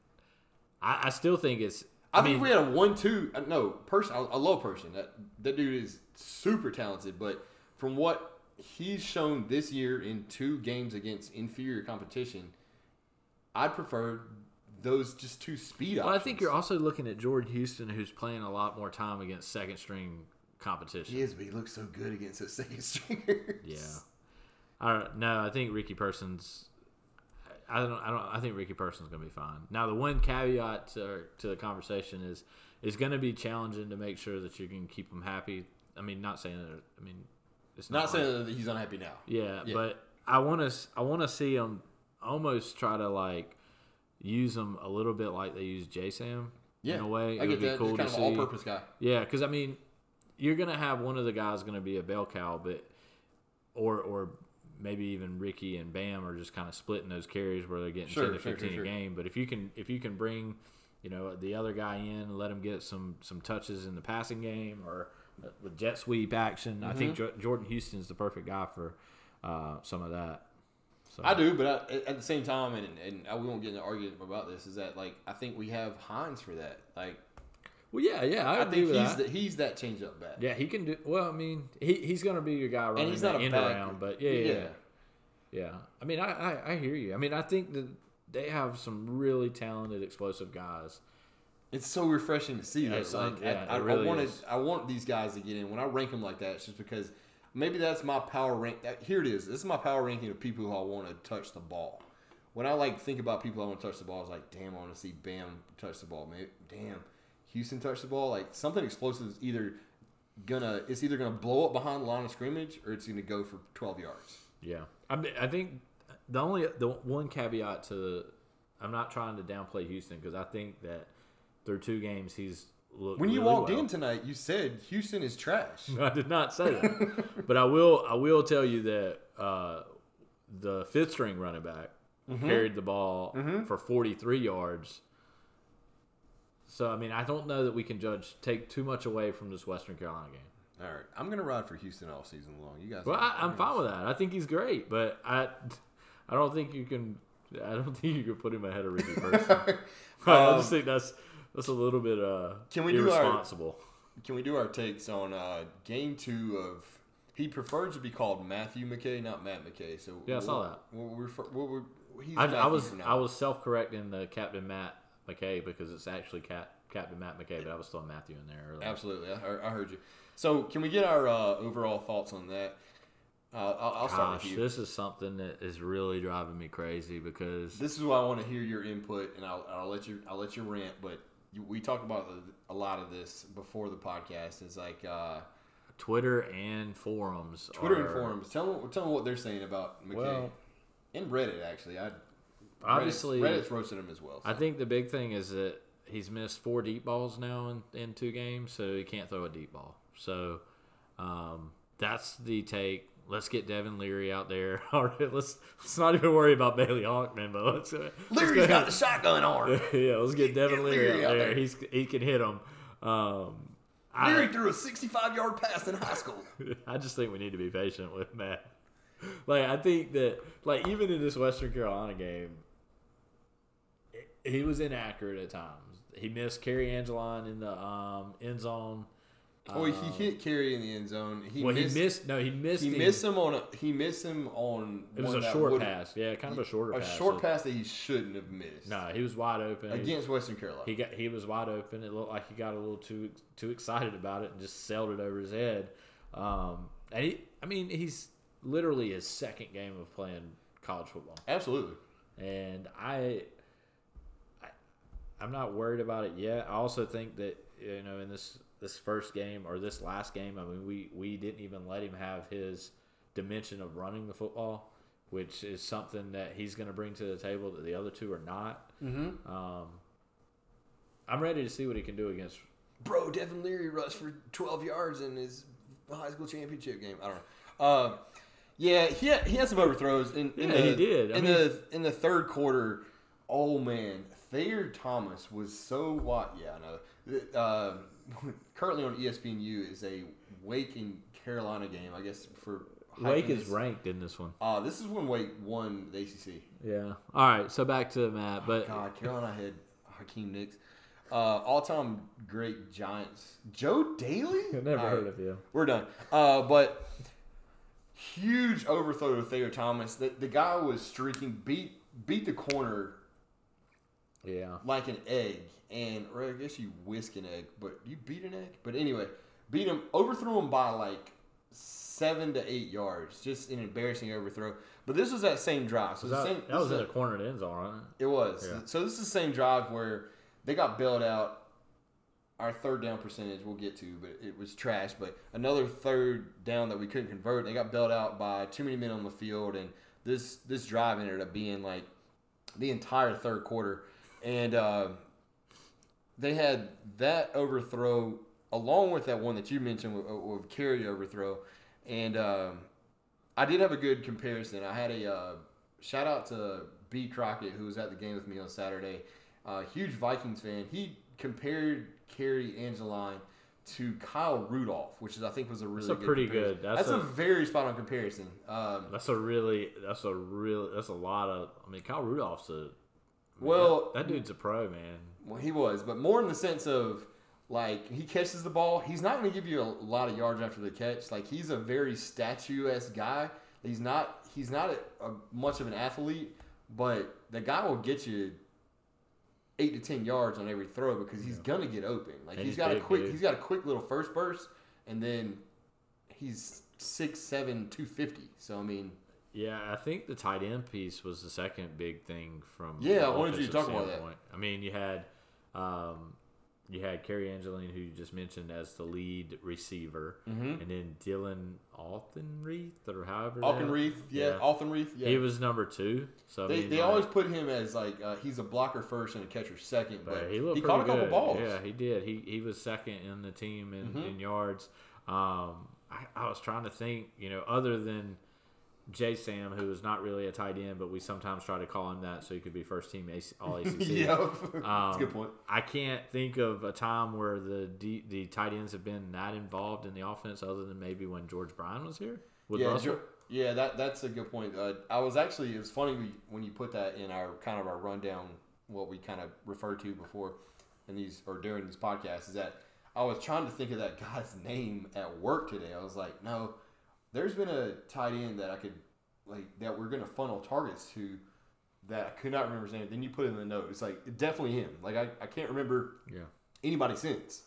S2: I, I still think it's.
S3: I,
S2: I,
S3: think
S2: mean,
S3: we had a one-two. uh, No, person. I, I love person. That that dude is super talented. But from what he's shown this year in two games against inferior competition, I'd prefer those just two speed
S2: well, I
S3: options.
S2: think you're also looking at Jordan Houston, who's playing a lot more time against second string competition.
S3: He is, but he looks so good against those second stringers.
S2: Yeah. I don't, no, I think Ricky Persons. I don't. I don't. I think Ricky Persons gonna be fine. Now, the one caveat to, to the conversation is it's gonna be challenging to make sure that you can keep them happy. I mean, not saying that. I mean, it's not,
S3: Not
S2: like-
S3: saying that he's unhappy now.
S2: Yeah,
S3: Yeah.
S2: but I want to. I want to see them almost try to like use them a little bit like they use J Sam.
S3: Yeah,
S2: in a way,
S3: I
S2: it
S3: get
S2: would be
S3: that.
S2: cool
S3: Just kind
S2: to
S3: of
S2: see.
S3: an all-purpose guy.
S2: Yeah, because I mean, you're gonna have one of the guys gonna be a bell cow, but or or maybe even Ricky and Bam are just kind of splitting those carries where they're getting
S3: Sure,
S2: ten to
S3: sure, sure,
S2: fifteen
S3: sure.
S2: a game. But if you can if you can bring you know the other guy in and let him get some some touches in the passing game or uh, with jet sweep action, I think
S3: Mm-hmm.
S2: jo- Jordan Houston's the perfect guy for uh, some of that. So
S3: I do, but I, at- at the same time, and and I, we won't get into an argument about this. Is that like I think we have Hines for that. Like
S2: Well, yeah, yeah, I,
S3: I,
S2: agree
S3: think
S2: with
S3: he's
S2: that.
S3: the, he's that change-up back.
S2: yeah, he can do well. I mean, he, he's going to be your guy running
S3: and he's not
S2: the
S3: a
S2: end
S3: bad
S2: around, but yeah, yeah, yeah. Yeah, I mean, I, I I hear you. I mean, I think that they have some really talented, explosive guys.
S3: It's so refreshing to see that.
S2: it's like-
S3: Like,
S2: yeah,
S3: I, I,
S2: it really
S3: I wanted,
S2: is.
S3: I want these guys to get in. When I rank them like that, it's just because maybe that's my power rank. That, here it is. This is my power ranking of people who I want to touch the ball. When I like think about people I want to touch the ball, I was like, damn, I want to see Bam touch the ball. Maybe, damn, Houston touch the ball. Like something explosive is either gonna it's either gonna blow up behind the line of scrimmage or it's gonna go for twelve yards.
S2: Yeah, I mean, I think the only the one caveat to the, I'm not trying to downplay Houston because I think that through two games he's looked.
S3: When you
S2: really
S3: walked
S2: well.
S3: in tonight, you said Houston is trash.
S2: I did not say that, but I will. I will tell you that uh, the fifth string running back
S3: Mm-hmm.
S2: carried the ball for 43 yards. So I mean, I don't know that we can judge take too much away from this Western Carolina game.
S3: All right, I'm gonna ride for Houston all season long. You guys,
S2: Well,
S3: know-
S2: I, I'm fine with that. I think he's great, but I, I don't think you can. I don't think you can put him ahead of Ricky Person. I just think that's that's a little bit uh,
S3: Um, Can we do our-
S2: irresponsible.
S3: Can we do our takes on uh, game two of? He prefers to be called Matthew McKay, not Matt McKay. So
S2: Yeah, I saw
S3: we'll-
S2: that.
S3: We'll refer, we'll, we'll- he's
S2: I, I
S3: Matthew
S2: was
S3: for now.
S2: I was self correcting the Captain Matt McKay because it's actually Cap, Captain Matt McKay, but I was throwing Matthew in there earlier.
S3: absolutely. I, heard- I heard you. So can we get our uh, overall thoughts on that? Uh, I'll, I'll start
S2: Gosh,
S3: with you. This,
S2: this is something that is really driving me crazy because
S3: is why I want to hear your input, and I'll, I'll let you I'll let you rant. But you, we talked about a lot of this before the podcast. It's like uh,
S2: Twitter and forums,
S3: Twitter and
S2: are-
S3: forums. Tell them tell them what they're saying about McKay.
S2: Well-
S3: and Reddit actually. I
S2: Obviously-
S3: Reddit's, Reddit's roasted him as well.
S2: I think the big thing is that he's missed four deep balls now in, in two games, so he can't throw a deep ball. So um, that's the take. Let's get Devin Leary out there. All right, let's let's not even worry about Bailey Hawkman, but let's, let's go
S3: Leary's
S2: ahead.
S3: got the shotgun arm.
S2: yeah, let's get Devin Leary,
S3: Leary
S2: out
S3: out
S2: there.
S3: there.
S2: He's he can hit him. Um,
S3: Leary
S2: I,
S3: threw a 65 yard pass in high school.
S2: I just think we need to be patient with Matt. Like I think that like even in this Western Carolina game, i- he was inaccurate at times. He missed Kerry Angeline in the um, end zone.
S3: Well, he hit Carey in the end zone. He
S2: Um, well,
S3: missed.
S2: he missed. No, he missed.
S3: He
S2: him.
S3: missed him on a. He missed him on.
S2: It was
S3: one
S2: a
S3: that
S2: short
S3: would-
S2: pass. Yeah, kind of a shorter
S3: A
S2: pass.
S3: short pass that he shouldn't have missed.
S2: No, he was wide open
S3: Against Western Carolina.
S2: He got he was wide open. It looked like he got a little too too excited about it and just sailed it over his head. Um, and he, I mean, he's literally his second game of playing college football,
S3: Absolutely.
S2: and I, I, I'm not worried about it yet. I also think that you know in this this first game or this last game, I mean, we we didn't even let him have his dimension of running the football, which is something that he's going to bring to the table that the other two are not. Mm-hmm. Um, I'm ready to see what he can do against.
S3: Bro, Devin Leary rushed for 12 yards in his the high school championship game. I don't know. Uh, yeah, he had, he had some overthrows in, in
S2: Yeah,
S3: the,
S2: he did. I
S3: in
S2: mean-
S3: the in the third quarter. Oh man, Thayer Thomas was so what? Yeah, I know. Uh, currently on E ESPNU is a Wake and Carolina game. I guess for
S2: Wake
S3: hyping
S2: is
S3: this.
S2: ranked in this one.
S3: Uh, this is when Wake won the ACC.
S2: Yeah. All right. So back to Matt, but
S3: God, Carolina had Hakeem Nicks. Uh, all-time great Giants. Joe Daly?
S2: I've never
S3: All
S2: heard of him.
S3: We're done. Uh, but huge overthrow to Thayer Thomas. The, the guy was streaking, beat beat the corner
S2: yeah,
S3: like an egg, and or I guess you whisk an egg, but you beat an egg. But anyway, beat him, overthrew him by like seven to eight yards. Just an embarrassing overthrow. But this was that same drive. So the
S2: that,
S3: same,
S2: that
S3: this
S2: was
S3: is
S2: in
S3: a-
S2: the corner of the end zone, right?
S3: it was.
S2: Yeah.
S3: So this is the same drive where they got bailed out. Our third down percentage we'll get to, but it was trash. But another third down that we couldn't convert. They got bailed out by too many men on the field, and this this drive ended up being like the entire third quarter, and uh, they had that overthrow along with that one that you mentioned with, uh, with carry overthrow, and um, I did have a good comparison. I had a uh, shout out to B Crockett who was at the game with me on Saturday. Uh, huge Vikings fan. He compared Kerry Angeline to Kyle Rudolph, which is I think was a really
S2: a
S3: good
S2: pretty
S3: comparison.
S2: good- that's
S3: a,
S2: a-
S3: very spot on comparison. Um,
S2: That's a really, that's a really, that's a lot of. I mean, Kyle Rudolph's a
S3: well,
S2: that dude's a pro man.
S3: Well, he was, but more in the sense of like he catches the ball. He's not going to give you a lot of yards after the catch. Like he's a very statuesque guy. He's not. He's not a, a, much of an athlete, but the guy will get you eight to ten yards on every throw because he's going to get open. Like
S2: And
S3: he's
S2: he's
S3: got a
S2: big,
S3: quick.
S2: dude.
S3: He's got a quick little first burst, and then he's six seven two fifty. So I mean,
S2: Yeah, I think the tight end piece was the second big thing from.
S3: Yeah,
S2: an
S3: I wanted you to
S2: offensive
S3: talk about that.
S2: standpoint. I mean, you had, um, you had Kerry Angeline, who you just mentioned as the lead receiver,
S3: Mm-hmm.
S2: and then Dylan Altenreath or however. the hell-
S3: Auchenreath, yeah, Auchenreath, yeah.
S2: He was number two, so I
S3: They,
S2: mean,
S3: they
S2: like,
S3: always put him as like uh, he's a blocker first and a catcher second, but,
S2: but
S3: he,
S2: he looked
S3: caught a
S2: pretty
S3: couple
S2: good.
S3: balls. Mm-hmm.
S2: Yeah, he did. He he was second in the team in, in yards. Um, I, I was trying to think, you know, other than J Sam, who is not really a tight end, but we sometimes try to call him that so he could be first team AC, all ACC.
S3: Yep. That's a
S2: Um,
S3: good point.
S2: I can't think of a time where the D, the tight ends have been that involved in the offense, other than maybe when George Bryan was here. With
S3: Yeah,
S2: Russell.
S3: Jo- yeah, that that's a good point. Uh, I was actually it's funny we, when you put that in our kind of our rundown, what we kind of referred to before in these or during these podcasts is that I was trying to think of that guy's name at work today. I was like, no, there's been a tight end that I could like that we're gonna funnel targets to that I could not remember his name. Then you put it in the note. It's like definitely him. Like I, I can't remember
S2: yeah.
S3: anybody since.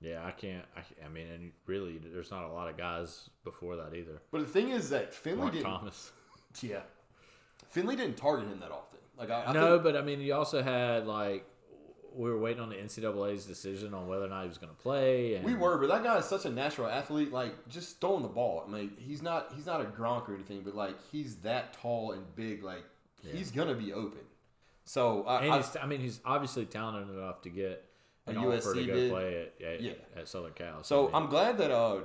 S2: Yeah, I can't. I, can't- I mean, and really, there's not a lot of guys before that either.
S3: But the thing is that Finley
S2: Mark
S3: didn't.
S2: Thomas.
S3: Yeah, Finley didn't target him that often. Like I, I
S2: no,
S3: think,
S2: but I mean, you also had like we were waiting on the NCAA's decision on whether or not he was going to play. And
S3: we were, but that guy is such a natural athlete. Like just throwing the ball. I mean, he's not he's not a Gronk or anything, but like he's that tall and big. Like he's gonna be open. So I,
S2: And
S3: I,
S2: he's, I mean, he's obviously talented enough to get an
S3: A USC
S2: offer to go
S3: bid.
S2: play at, at,
S3: Yeah.
S2: at Southern Cal.
S3: so
S2: I mean,
S3: I'm glad that uh,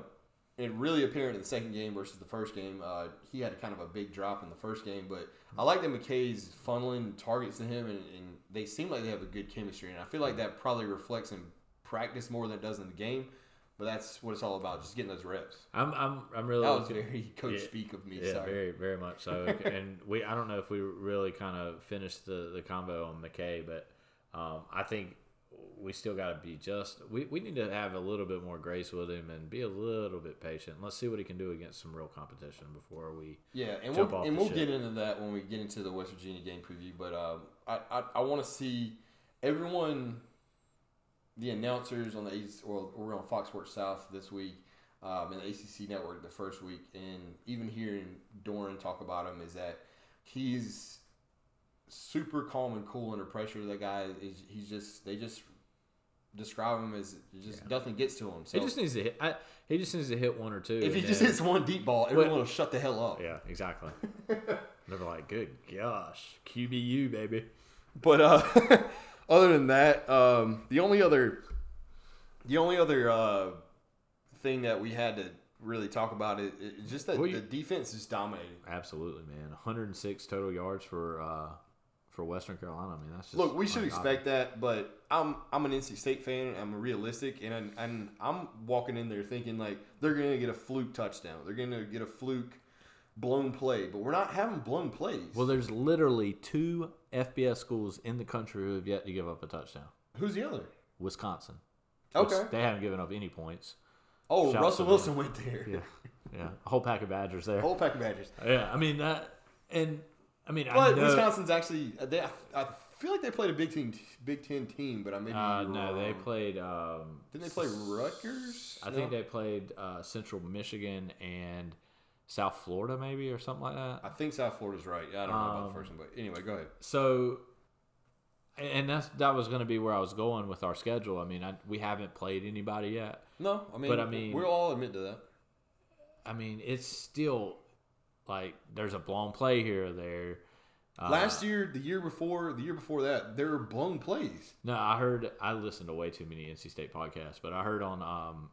S3: it really apparent in the second game versus the first game. Uh, he had kind of a big drop in the first game, but I like that McKay's funneling targets to him, and, and they seem like they have a good chemistry. And I feel like that probably reflects in practice more than it does in the game. But that's what it's all about, just getting those reps.
S2: I'm I'm I'm really
S3: That was
S2: looking-
S3: very coach
S2: Oh, Yeah.
S3: speak of me.
S2: Yeah,
S3: sorry.
S2: very, very much so. and we, I don't know if we really kind of finished the, the combo on McKay, but um, I think we still got to be just. We, we need to have a little bit more grace with him and be a little bit patient. Let's see what he can do against some real competition before we.
S3: Yeah, and
S2: jump
S3: we'll
S2: off
S3: and
S2: the
S3: we'll
S2: ship.
S3: get into that when we get into the West Virginia game preview. But um, I I, I want to see everyone, the announcers on the East, or we're on Fox Sports South this week, um, and the ACC Network the first week, and even hearing Doran talk about him is that he's super calm and cool under pressure. That guy is he's just they just describe him as just nothing gets to him. So
S2: He just needs to hit. I, he just needs to hit one or two.
S3: if he
S2: and
S3: just
S2: then-
S3: hits one deep ball, everyone will shut the hell up.
S2: yeah, exactly. They're like, good gosh, QBU baby.
S3: But uh, other than that, um, the only other the only other uh, thing that we had to really talk about it. It- it's just that
S2: Well, you-
S3: the defense is dominating.
S2: Absolutely, man. 106 total yards for uh, for Western Carolina. I mean, that's just
S3: Look, we should
S2: my God.
S3: expect that, but I'm I'm an NC State fan. I'm realistic, and I'm, and I'm walking in there thinking like they're going to get a fluke touchdown. They're going to get a fluke blown play, but we're not having blown plays.
S2: Well, there's literally two FBS schools in the country who have yet to give up a touchdown.
S3: who's the other?
S2: Wisconsin. which
S3: Okay.
S2: They haven't given up any points.
S3: Oh,
S2: Shouts
S3: Russell
S2: to them.
S3: Wilson went there.
S2: yeah. A whole pack of Badgers there.
S3: Whole pack of Badgers.
S2: Yeah, I mean that, and I mean I
S3: But
S2: know.
S3: Wisconsin's actually they, I feel like they played a Big Ten Big Ten team, but I may be
S2: uh, no, they
S3: wrong.
S2: played. Um,
S3: Didn't they play Rutgers?
S2: I think
S3: No.
S2: they played uh, Central Michigan and South Florida, maybe or something like that.
S3: I think South Florida's right. I don't know about
S2: Um,
S3: the first one, but anyway, go ahead.
S2: So, and that's that was going to be where I was going with our schedule. I mean, I, we haven't played anybody yet.
S3: No, I mean,
S2: But I mean-
S3: we'll all admit to that.
S2: I mean, it's still like there's a blown play here or there. Uh,
S3: Last year, the year before, the year before that, there were blown plays.
S2: No, I heard I listened to way too many NC State podcasts, but I heard on um,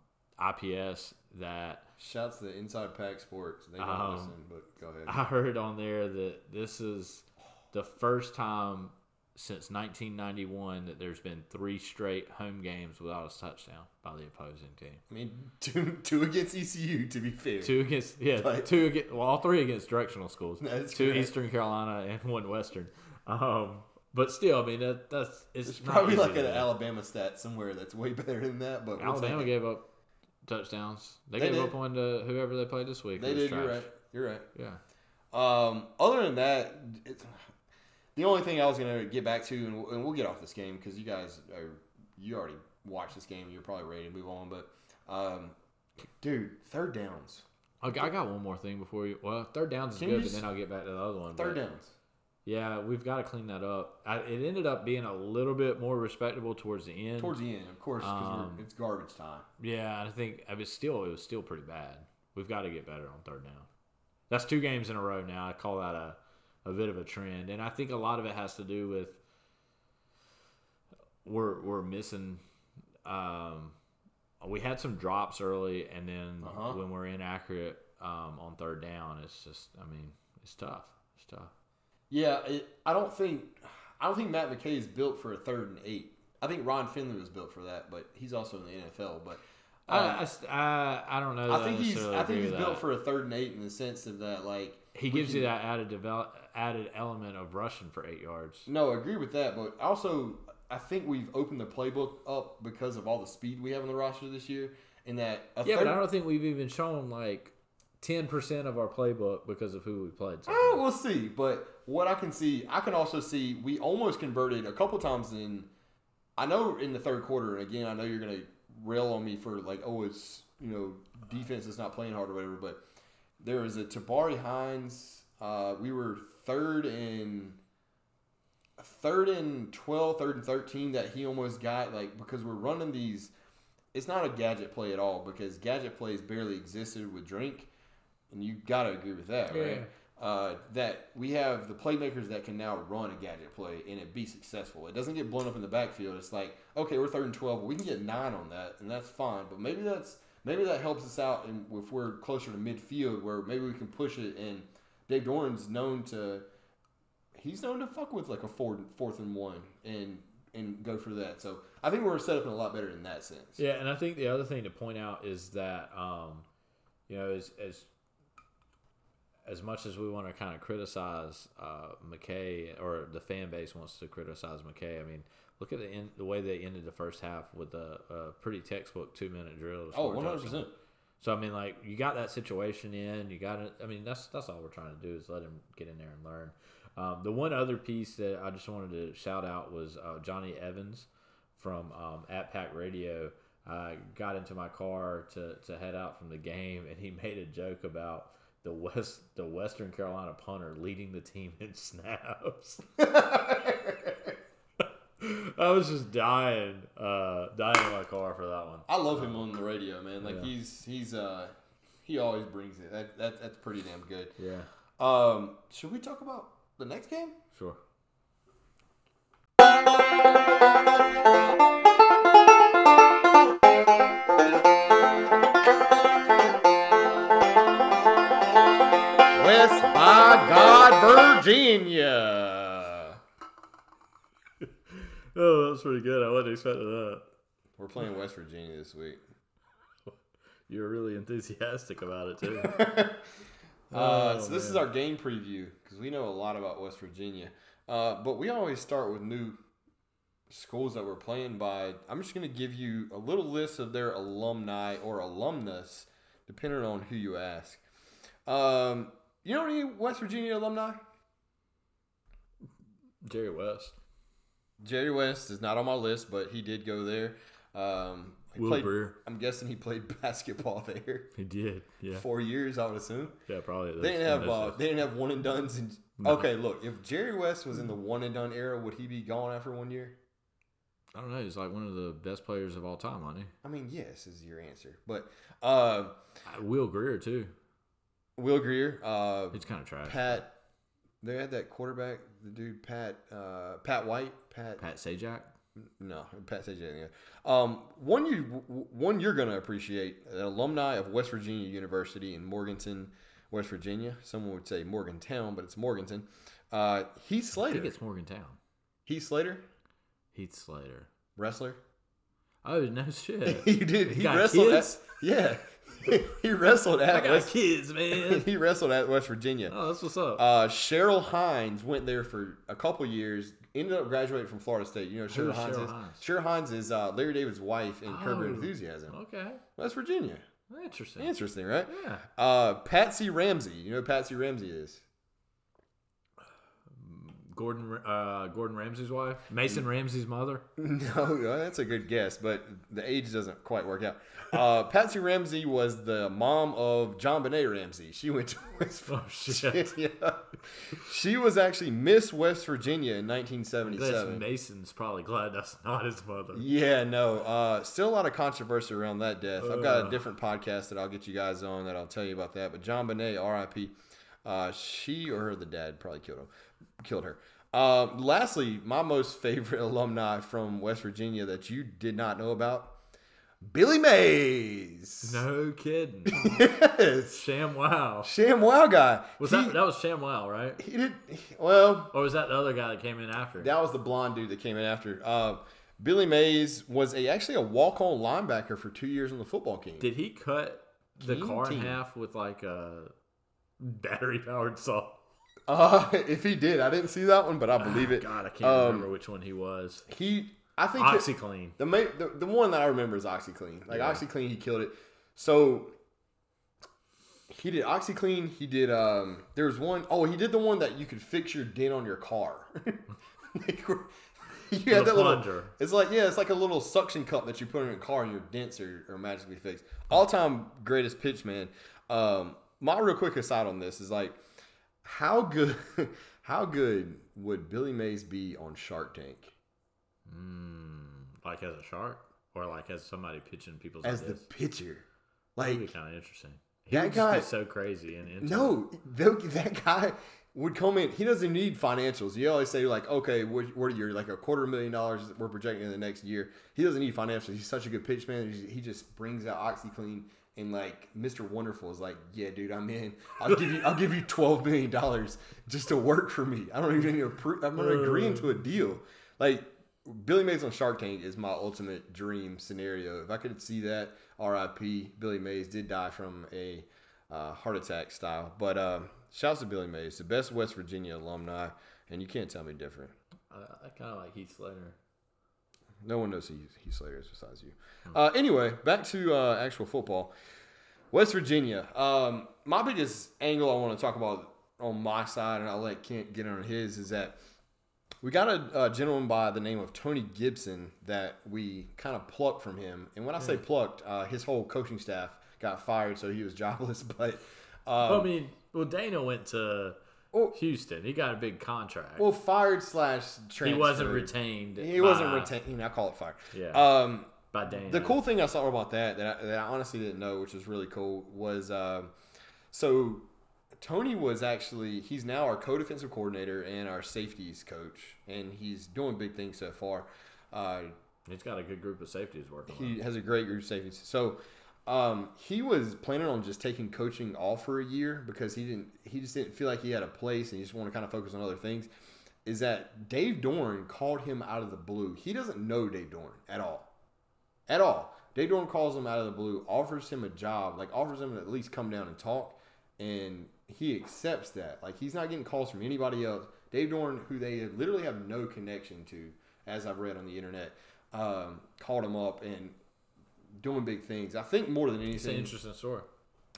S2: IPS that
S3: Shouts to Inside Pack Sports. They don't
S2: Um,
S3: listen, but go ahead.
S2: I heard on there that this is the first time since 1991 that there's been three straight home games without a touchdown by the opposing team.
S3: I mean, two, two against ECU, to be fair.
S2: Two against yeah,
S3: Right.
S2: two against well, all three against directional schools.
S3: That's
S2: two
S3: correct.
S2: Eastern Carolina and one Western. Um, but still, I mean that, that's it's,
S3: It's
S2: not
S3: probably
S2: easy
S3: like
S2: to
S3: an
S2: do.
S3: Alabama stat somewhere that's way better than that. But we'll
S2: Alabama
S3: take it.
S2: gave up touchdowns. They,
S3: They
S2: gave
S3: did.
S2: up one to whoever they played this week. It
S3: they
S2: was
S3: did. You're
S2: trash.
S3: right. You're right.
S2: Yeah.
S3: Um, other than that, it's, the only thing I was going to get back to, and we'll, and we'll get off this game because you guys are you already watched this game. You're probably ready to move on. But um, dude, third downs,
S2: I got, I got one more thing before you. Well, third downs is
S3: Can you
S2: good, but
S3: just-
S2: then I'll get back to the other one.
S3: third
S2: but-
S3: downs.
S2: Yeah, we've got to clean that up. I, it ended up being a little bit more respectable towards the end.
S3: Towards the end, of course, because
S2: Um,
S3: it's garbage time.
S2: yeah, I think I was still it was still pretty bad. We've got to get better on third down. That's two games in a row now. I call that a a bit of a trend, and I think a lot of it has to do with we're we're missing. Um, we had some drops early, and then
S3: Uh-huh.
S2: when we're inaccurate um, on third down, it's just I mean it's tough. It's tough.
S3: Yeah, it, I don't think I don't think Matt McKay is built for a third and eight. I think Ron Finley was built for that, but he's also in the NFL. But um,
S2: I, I st- I, I don't know. that
S3: I think he's
S2: necessarily
S3: I think
S2: agree
S3: he's
S2: with
S3: built
S2: that.
S3: for a third and eight in the sense of that like
S2: He
S3: we
S2: gives
S3: can-
S2: you that added develop, added element of rushing for eight yards.
S3: No, I agree with that, but also I think we've opened the playbook up because of all the speed we have on the roster this year. And that a
S2: Yeah,
S3: third,
S2: but I don't think we've even shown like ten percent of our playbook because of who we played. So
S3: Oh, we'll see. But what I can see, I can also see we almost converted a couple times in. I know in the third quarter, and again, I know you're gonna rail on me for like, oh, it's you know defense is not playing hard or whatever. But there was a Tabari Hines. Uh, we were third and third and 12, third and 13 that he almost got like because we're running these. It's not a gadget play at all because gadget plays barely existed with drink, and you gotta agree with that, right?
S2: Yeah.
S3: uh, that we have the playmakers that can now run a gadget play and it be successful. It doesn't get blown up in the backfield. It's like, okay, we're third and twelve, we can get nine on that, and that's fine. But maybe that's maybe that helps us out, and if we're closer to midfield, where maybe we can push it. And Dave Doran's known to he's known to fuck with like a fourth fourth and one and and go for that. So I think we're set up in a lot better in that sense.
S2: yeah, and I think the other thing to point out is that um, you know as as as much as we want to kind of criticize uh, McKay or the fan base wants to criticize McKay, I mean look at the end, the way they ended the first half with a, a pretty textbook two minute drill.
S3: Oh,
S2: to score a
S3: 100
S2: touchdown.
S3: percent.
S2: So I mean, like you got that situation in, you got it. I mean, that's that's all we're trying to do is let him get in there and learn. Um, the one other piece that I just wanted to shout out was uh, Johnny Evans from um, at Pack Radio. I got into my car to, to head out from the game, and he made a joke about the West the Western Carolina punter leading the team in snaps. I was just dying, uh, dying in my car for that one.
S3: I love him on the radio, man. Like
S2: Yeah.
S3: he's he's uh he always brings it. That, that that's pretty damn good.
S2: Yeah,
S3: Um, should we talk about the next game?
S2: sure.
S3: West by God, Virginia.
S2: Oh, that was pretty good. I wasn't expecting that.
S3: We're playing West Virginia this week.
S2: You were really enthusiastic about it too.
S3: Uh,
S2: Oh,
S3: so this is our game preview because we know a lot about West Virginia, uh, but we always start with new schools that we're playing by. I'm just going to give you a little list of their alumni or alumnus, depending on who you ask. Um, you know any West Virginia alumni?
S2: Jerry West,
S3: Jerry West is not on my list, but he did go there. Um, he
S2: Will
S3: played-
S2: Breer.
S3: I'm guessing he played basketball there.
S2: he did. Yeah,
S3: Four years, I would assume.
S2: yeah, probably.
S3: They didn't
S2: that's-
S3: have uh,
S2: that's-
S3: they didn't have one and duns. And, Okay, look, if Jerry West was in the
S2: Mm.
S3: one and done era, would he be gone after one year?
S2: I don't know. He's like one of the best players of all time, wasn't he?
S3: I mean, yes is your answer, but uh,
S2: Uh, Will Greer too.
S3: Will Greer, uh,
S2: He's kind of trash. Pat,
S3: Pat, they had that quarterback, the dude Pat, uh, Pat White, Pat,
S2: Sajak.
S3: no, Pat Sajak. yeah. Um, one you w- w- one you're gonna appreciate, an alumni of West Virginia University in Morganton, West Virginia. Someone would say Morgantown, but it's Morganton. Uh, Heath
S2: I think
S3: Slater,
S2: it's Morgantown.
S3: Heath Slater,
S2: Heath Slater.
S3: wrestler.
S2: Oh no shit!
S3: He did. He
S2: got
S3: wrestled. At,
S2: kids?
S3: yeah, he wrestled
S2: I
S3: at
S2: got
S3: West,
S2: kids, man.
S3: he wrestled at West Virginia.
S2: Oh, that's what's up.
S3: Uh, Cheryl Hines went there for a couple years. Ended up graduating from Florida State. You know who Cheryl
S2: Who's
S3: Hines
S2: Cheryl
S3: is.
S2: Hines?
S3: Cheryl Hines is uh, Larry David's wife in Curb Your
S2: Oh.
S3: Enthusiasm.
S2: okay,
S3: West Virginia.
S2: interesting.
S3: Interesting, right?
S2: Yeah.
S3: Uh, Patsy Ramsey. You know who Patsy Ramsey is.
S2: Gordon uh, Gordon Ramsay's wife, Mason Ramsay's mother.
S3: No, uh, that's a good guess, but the age doesn't quite work out. Uh, Patsy Ramsey was the mom of John Benet Ramsey. She went to West
S2: Oh shit!
S3: Virginia. She was actually Miss West Virginia in
S2: That's
S3: 1977.
S2: Mason's probably glad that's not his mother.
S3: Yeah, no. Uh, still a lot of controversy around that death. I've got a different podcast that I'll get you guys on that I'll tell you about that. But John Bonet, R.I.P. Uh, she or her, the dad, probably killed him. Killed her. Uh, lastly, my most favorite alumni from West Virginia that you did not know about, Billy Mays.
S2: No kidding.
S3: Yes.
S2: Sham Wow.
S3: Sham Wow guy.
S2: Was
S3: he,
S2: that that was Sham Wow, right?
S3: He did. Well,
S2: Or was that the other guy that came in after? him?
S3: That was the blonde dude that came in after. Uh, Billy Mays was a, actually a walk-on linebacker for two years on the football team.
S2: Did he cut the
S3: Keen
S2: car in
S3: team.
S2: half with like a battery powered saw?
S3: Uh, if he did, I didn't see that one, but I believe it.
S2: Ah, God, I can't
S3: Um,
S2: remember which one he was.
S3: He, I think that-
S2: OxyClean.
S3: the, ma- the the one that I remember is OxyClean. Like
S2: Yeah.
S3: OxyClean, he killed it. So he did OxyClean. He did. Um, there was one oh he did the one that you could fix your dent on your car. Like, where- you had
S2: The
S3: that little.
S2: plunger.
S3: It's like yeah, it's like a little suction cup that you put in your car, and your dents are, are magically fixed. All time greatest pitch man. Um, my real quick aside on this is like, how good, how good would Billy Mays be on Shark Tank?
S2: Hmm, Like as a shark? Or like as somebody pitching people's
S3: as the
S2: ideas?
S3: pitcher.
S2: That'd be
S3: Like
S2: kind of interesting. He
S3: that
S2: would just
S3: guy-
S2: be so crazy and into it.
S3: no, th- that guy would come in. He doesn't need financials. You always say like, okay, what, what are your like a quarter million dollars we're projecting in the next year? He doesn't need financials. He's such a good pitch man. He just- He just brings out OxyClean and like Mr. Wonderful is like, yeah, dude, I'm in. I'll give you, I'll give you twelve million dollars just to work for me. I don't even need to appro- I'm not agreeing to a deal. Like Billy Mays on Shark Tank is my ultimate dream scenario. If I could see that, R.I.P. Billy Mays did die from a uh, heart attack style. But um, shouts to Billy Mays, the best West Virginia alumni, and you can't tell me different.
S2: I, I kind of like Heath Slater.
S3: No one knows who Heath Slater is besides you. Uh, anyway, back to uh, actual football. West Virginia. Um, my biggest angle I want to talk about on my side, and I'll let Kent get on his, is that we got a, a gentleman by the name of Tony Gibson that we kind of plucked from him. And when I
S2: Mm.
S3: say plucked, uh, his whole coaching staff got fired, so he was jobless. But uh,
S2: I mean, well, Dana went to
S3: Well-
S2: Houston. He got a big contract.
S3: well, fired slash
S2: he
S3: Oh, transferred.
S2: wasn't retained.
S3: He wasn't
S2: by-
S3: retained. I call it fired.
S2: Yeah.
S3: Um,
S2: by Dana.
S3: The cool thing I saw about that that I, that I honestly didn't know, which was really cool, was um, so Tony was actually he's now our co-defensive coordinator and our safeties coach, and he's doing big things so far. Uh,
S2: He's got a good group of safeties working. with him.
S3: he has a great group of safeties. So Um, he was planning on just taking coaching off for a year because he didn't. He just didn't feel like he had a place, and he just wanted to kind of focus on other things. Is that Dave Dorn called him out of the blue? He doesn't know Dave Dorn at all, at all. Dave Dorn calls him out of the blue, offers him a job, like offers him to at least come down and talk, and he accepts that. Like he's not getting calls from anybody else. Dave Dorn, who they literally have no connection to, as I've read on the internet, um, called him up and doing big things. I think more than
S2: It's an
S3: anything,
S2: interesting story.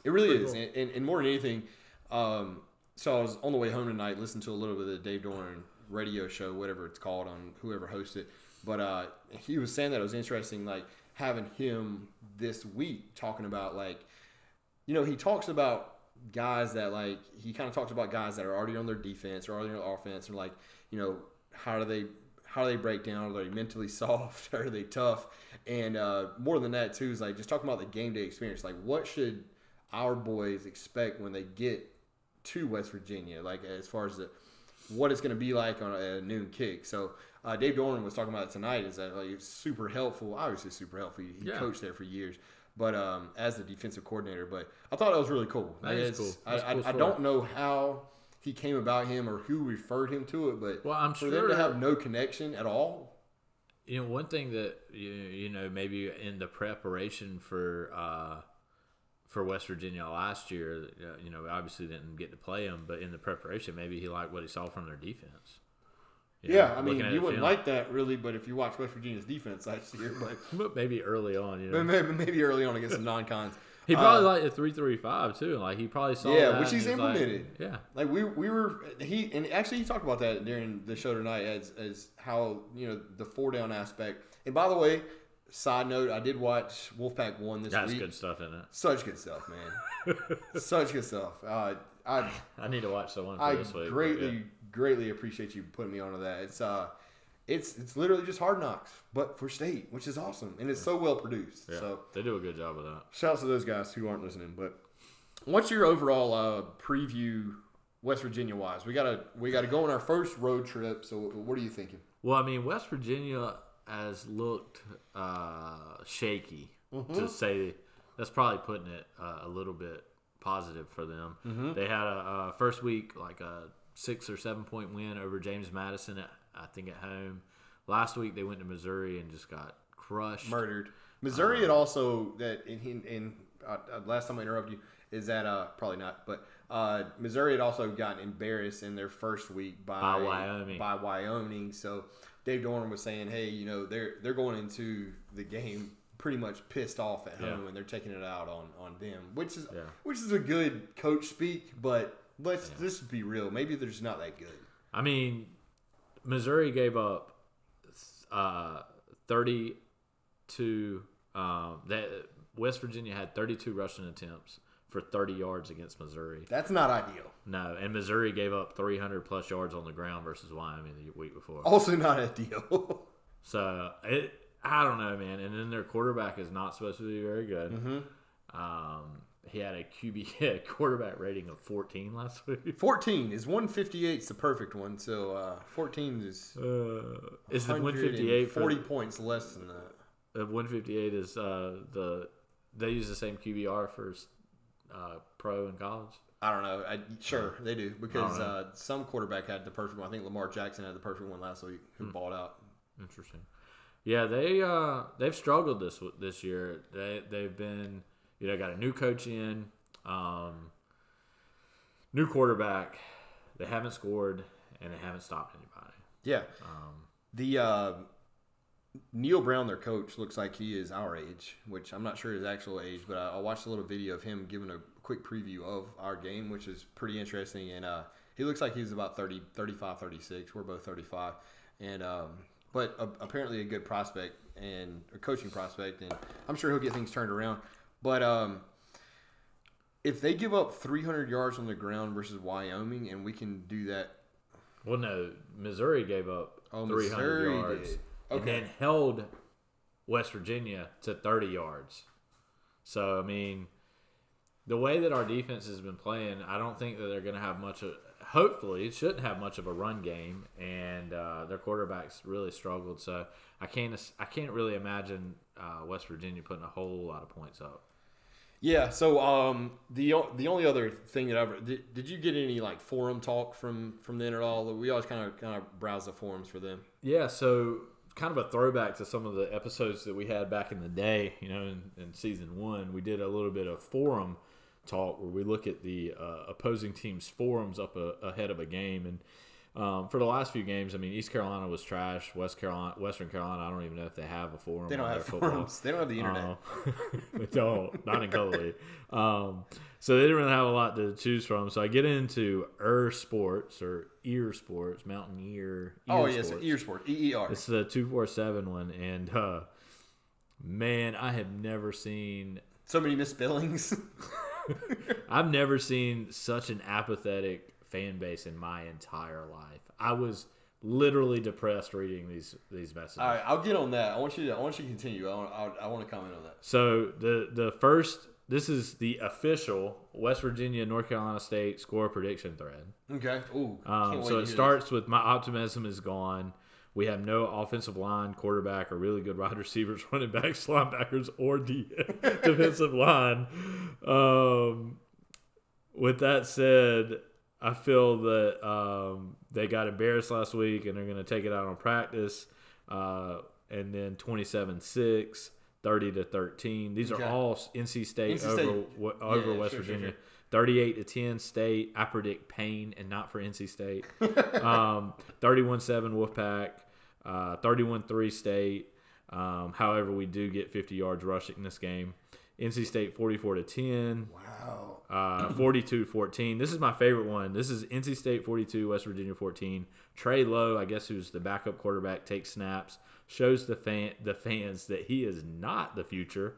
S3: it really is, and, and, and more than anything, um, so I was on the way home tonight, listening to a little bit of the Dave Dorn radio show, whatever it's called, on whoever hosts it. But uh, he was saying that it was interesting, like having him this week talking about like, you know, he talks about guys that like he kind of talks about guys that are already on their defense or already on their offense, and like, you know, how do they how do they break down? Are they mentally soft? Are they tough? And uh, more than that too is like just talking about the game day experience. Like, what should our boys expect when they get to West Virginia, like as far as the, what it's going to be like on a, a noon kick. So uh, Dave Dorn was talking about it tonight. Is that like it's super helpful? Obviously, super helpful. He, he
S2: Yeah.
S3: coached there for years, but um, as the defensive coordinator. But I thought that was really cool.
S2: That
S3: Like,
S2: is
S3: it's-
S2: cool. That's a
S3: I,
S2: cool
S3: I, I
S2: story.
S3: don't know how he came about him or who referred him to it, but
S2: Well, I'm
S3: for them
S2: sure-
S3: to have no connection at all.
S2: You know, one thing that you you know maybe in the preparation for uh, for West Virginia last year, uh, you know, obviously didn't get to play him, but in the preparation, maybe he liked what he saw from their defense. You
S3: Yeah,
S2: know,
S3: I mean,
S2: looking at
S3: you
S2: the
S3: wouldn't
S2: film.
S3: like that really, but if you watch West Virginia's defense last year, but
S2: But maybe early on, you know,
S3: but maybe, maybe early on against the non-cons,
S2: he
S3: Uh,
S2: probably liked the three three five too. Like he probably saw
S3: Yeah,
S2: that
S3: which
S2: and
S3: he's
S2: he was like-
S3: implemented.
S2: yeah,
S3: Like we we were he and actually he talked about that during the show tonight as as how you know the four down aspect. And by the way, side note, I did watch Wolfpack one this
S2: that's
S3: week.
S2: good stuff in it.
S3: Such good stuff, man. Such good stuff. Uh, I
S2: I need to watch the one for
S3: I
S2: this week. but
S3: greatly
S2: yeah.
S3: greatly appreciate you putting me onto that. It's uh, it's it's literally just hard knocks, but for state, which is awesome, and it's so well produced.
S2: Yeah,
S3: So
S2: they do a good job of that.
S3: Shouts to those guys who aren't listening. But what's your overall uh, preview, West Virginia wise? We gotta we gotta go on our first road trip. So what are you thinking?
S2: Well, I mean, West Virginia has looked uh, shaky to say. That's probably putting it uh, a little bit positive for them. They had a, a first week like a six or seven point win over James Madison, at, I think, at home. Last week they went to Missouri and just got crushed.
S3: Murdered Missouri. had also that in in, in uh, uh, last time I interrupted you is that uh probably not, but uh, Missouri had also gotten embarrassed in their first week by,
S2: By Wyoming.
S3: By Wyoming. So Dave Dorn was saying, hey, you know they're they're going into the game pretty much pissed off at
S2: Yeah.
S3: home and they're taking it out on on them, which is
S2: Yeah.
S3: which is a good coach speak, but let's just be real. Maybe they're just not that good.
S2: I mean, Missouri gave up uh, 32. Um, that West Virginia had 32 rushing attempts for 30 yards against Missouri.
S3: That's not ideal.
S2: No, and Missouri gave up 300 plus yards on the ground versus Wyoming the week before.
S3: Also not ideal.
S2: So it, I don't know, man. And then their quarterback is not supposed to be very good. Um, he had a QB quarterback rating of 14 last week.
S3: 14 is 158 is the perfect one. So uh, 14 is
S2: Uh, is it 158 for
S3: 40 points less than that.
S2: Uh, 158 is uh, the they use the same QBR for uh, pro and college.
S3: I don't know. I, sure, they do because
S2: know.
S3: uh, some quarterback had the perfect one. I think Lamar Jackson had the perfect one last week,
S2: Hmm.
S3: who balled out.
S2: Interesting. Yeah, they uh, they've struggled this w- this year. They they've been you know got a new coach in, um, new quarterback. They haven't scored and they haven't stopped anybody.
S3: Yeah. the uh, Neil Brown, their coach, looks like he is our age, which I'm not sure his actual age, but I, I watched a little video of him giving a quick preview of our game, which is pretty interesting. And uh, he looks like he's about 30, 35, 36. We're both 35. And, um, but a, apparently a good prospect and a coaching prospect. And I'm sure he'll get things turned around. But, um, if they give up 300 yards on the ground versus Wyoming, and we can do that
S2: Well, no, Missouri gave up
S3: Oh,
S2: 300
S3: Missouri
S2: yards
S3: did.
S2: and
S3: Okay.
S2: then held West Virginia to 30 yards. So, I mean, the way that our defense has been playing, I don't think that they're going to have much of hopefully it shouldn't have much of a run game and uh, their quarterbacks really struggled so i can't i can't really imagine uh, west virginia putting a whole lot of points up
S3: Yeah. So um, the o- the only other thing that I've did, did you get any like forum talk from from then at all? We always kind of kind of browse the forums for them.
S2: Yeah, so kind of a throwback to some of the episodes that we had back in the day, you know, in, in season one, we did a little bit of forum talk where we look at the uh, opposing team's forums up a, ahead of a game. And um, for the last few games, I mean, East Carolina was trash. West Carolina, Western Carolina, I don't even know if they have a forum.
S3: They don't
S2: on
S3: have
S2: their football.
S3: forums. They don't have the internet.
S2: Uh, they don't, not in Coley. Um, so they didn't really have a lot to choose from. So I get into Ear Sports or Ear Sports, Mountain Ear. Ear
S3: oh yes,
S2: Sports.
S3: ear sport. E E R.
S2: It's the two four seven one, and uh, man, I have never seen.
S3: So many misspellings.
S2: I've never seen such an apathetic fan base in my entire life. I was literally depressed reading these these messages.
S3: all right, I'll get on that. I want you to. I want you to continue. I want. I, I want to comment on that.
S2: So the the first this is the official West Virginia North Carolina State score prediction thread.
S3: Okay. Ooh.
S2: Um, so it starts with my optimism is gone. We have no offensive line, quarterback, or really good wide receivers, running backs, linebackers, or de- defensive line. Um, with that said, I feel that um, they got embarrassed last week and they're going to take it out on practice. Uh, and then 27 6, 30 to 13. These
S3: Okay.
S2: are all NC State,
S3: NC State.
S2: over, wa-
S3: Yeah,
S2: over
S3: yeah,
S2: West
S3: sure, sure,
S2: Virginia.
S3: sure.
S2: 38 to 10 state. I predict pain and not for NC State. um, 31-7 Wolfpack. Uh, 31-3 state. Um, however, we do get 50 yards rushing in this game. NC State 44 to 10.
S3: Wow.
S2: Uh, 42-14. This is my favorite one. This is NC State 42, West Virginia 14. Trey Lowe, I guess who's the backup quarterback, takes snaps, shows the fan the fans that he is not the future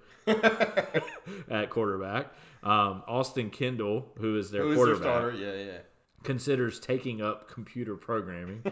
S2: at quarterback. Um, Austin Kendall, who is their
S3: Who is their
S2: quarterback,
S3: starter? Yeah, yeah.
S2: considers taking up computer programming.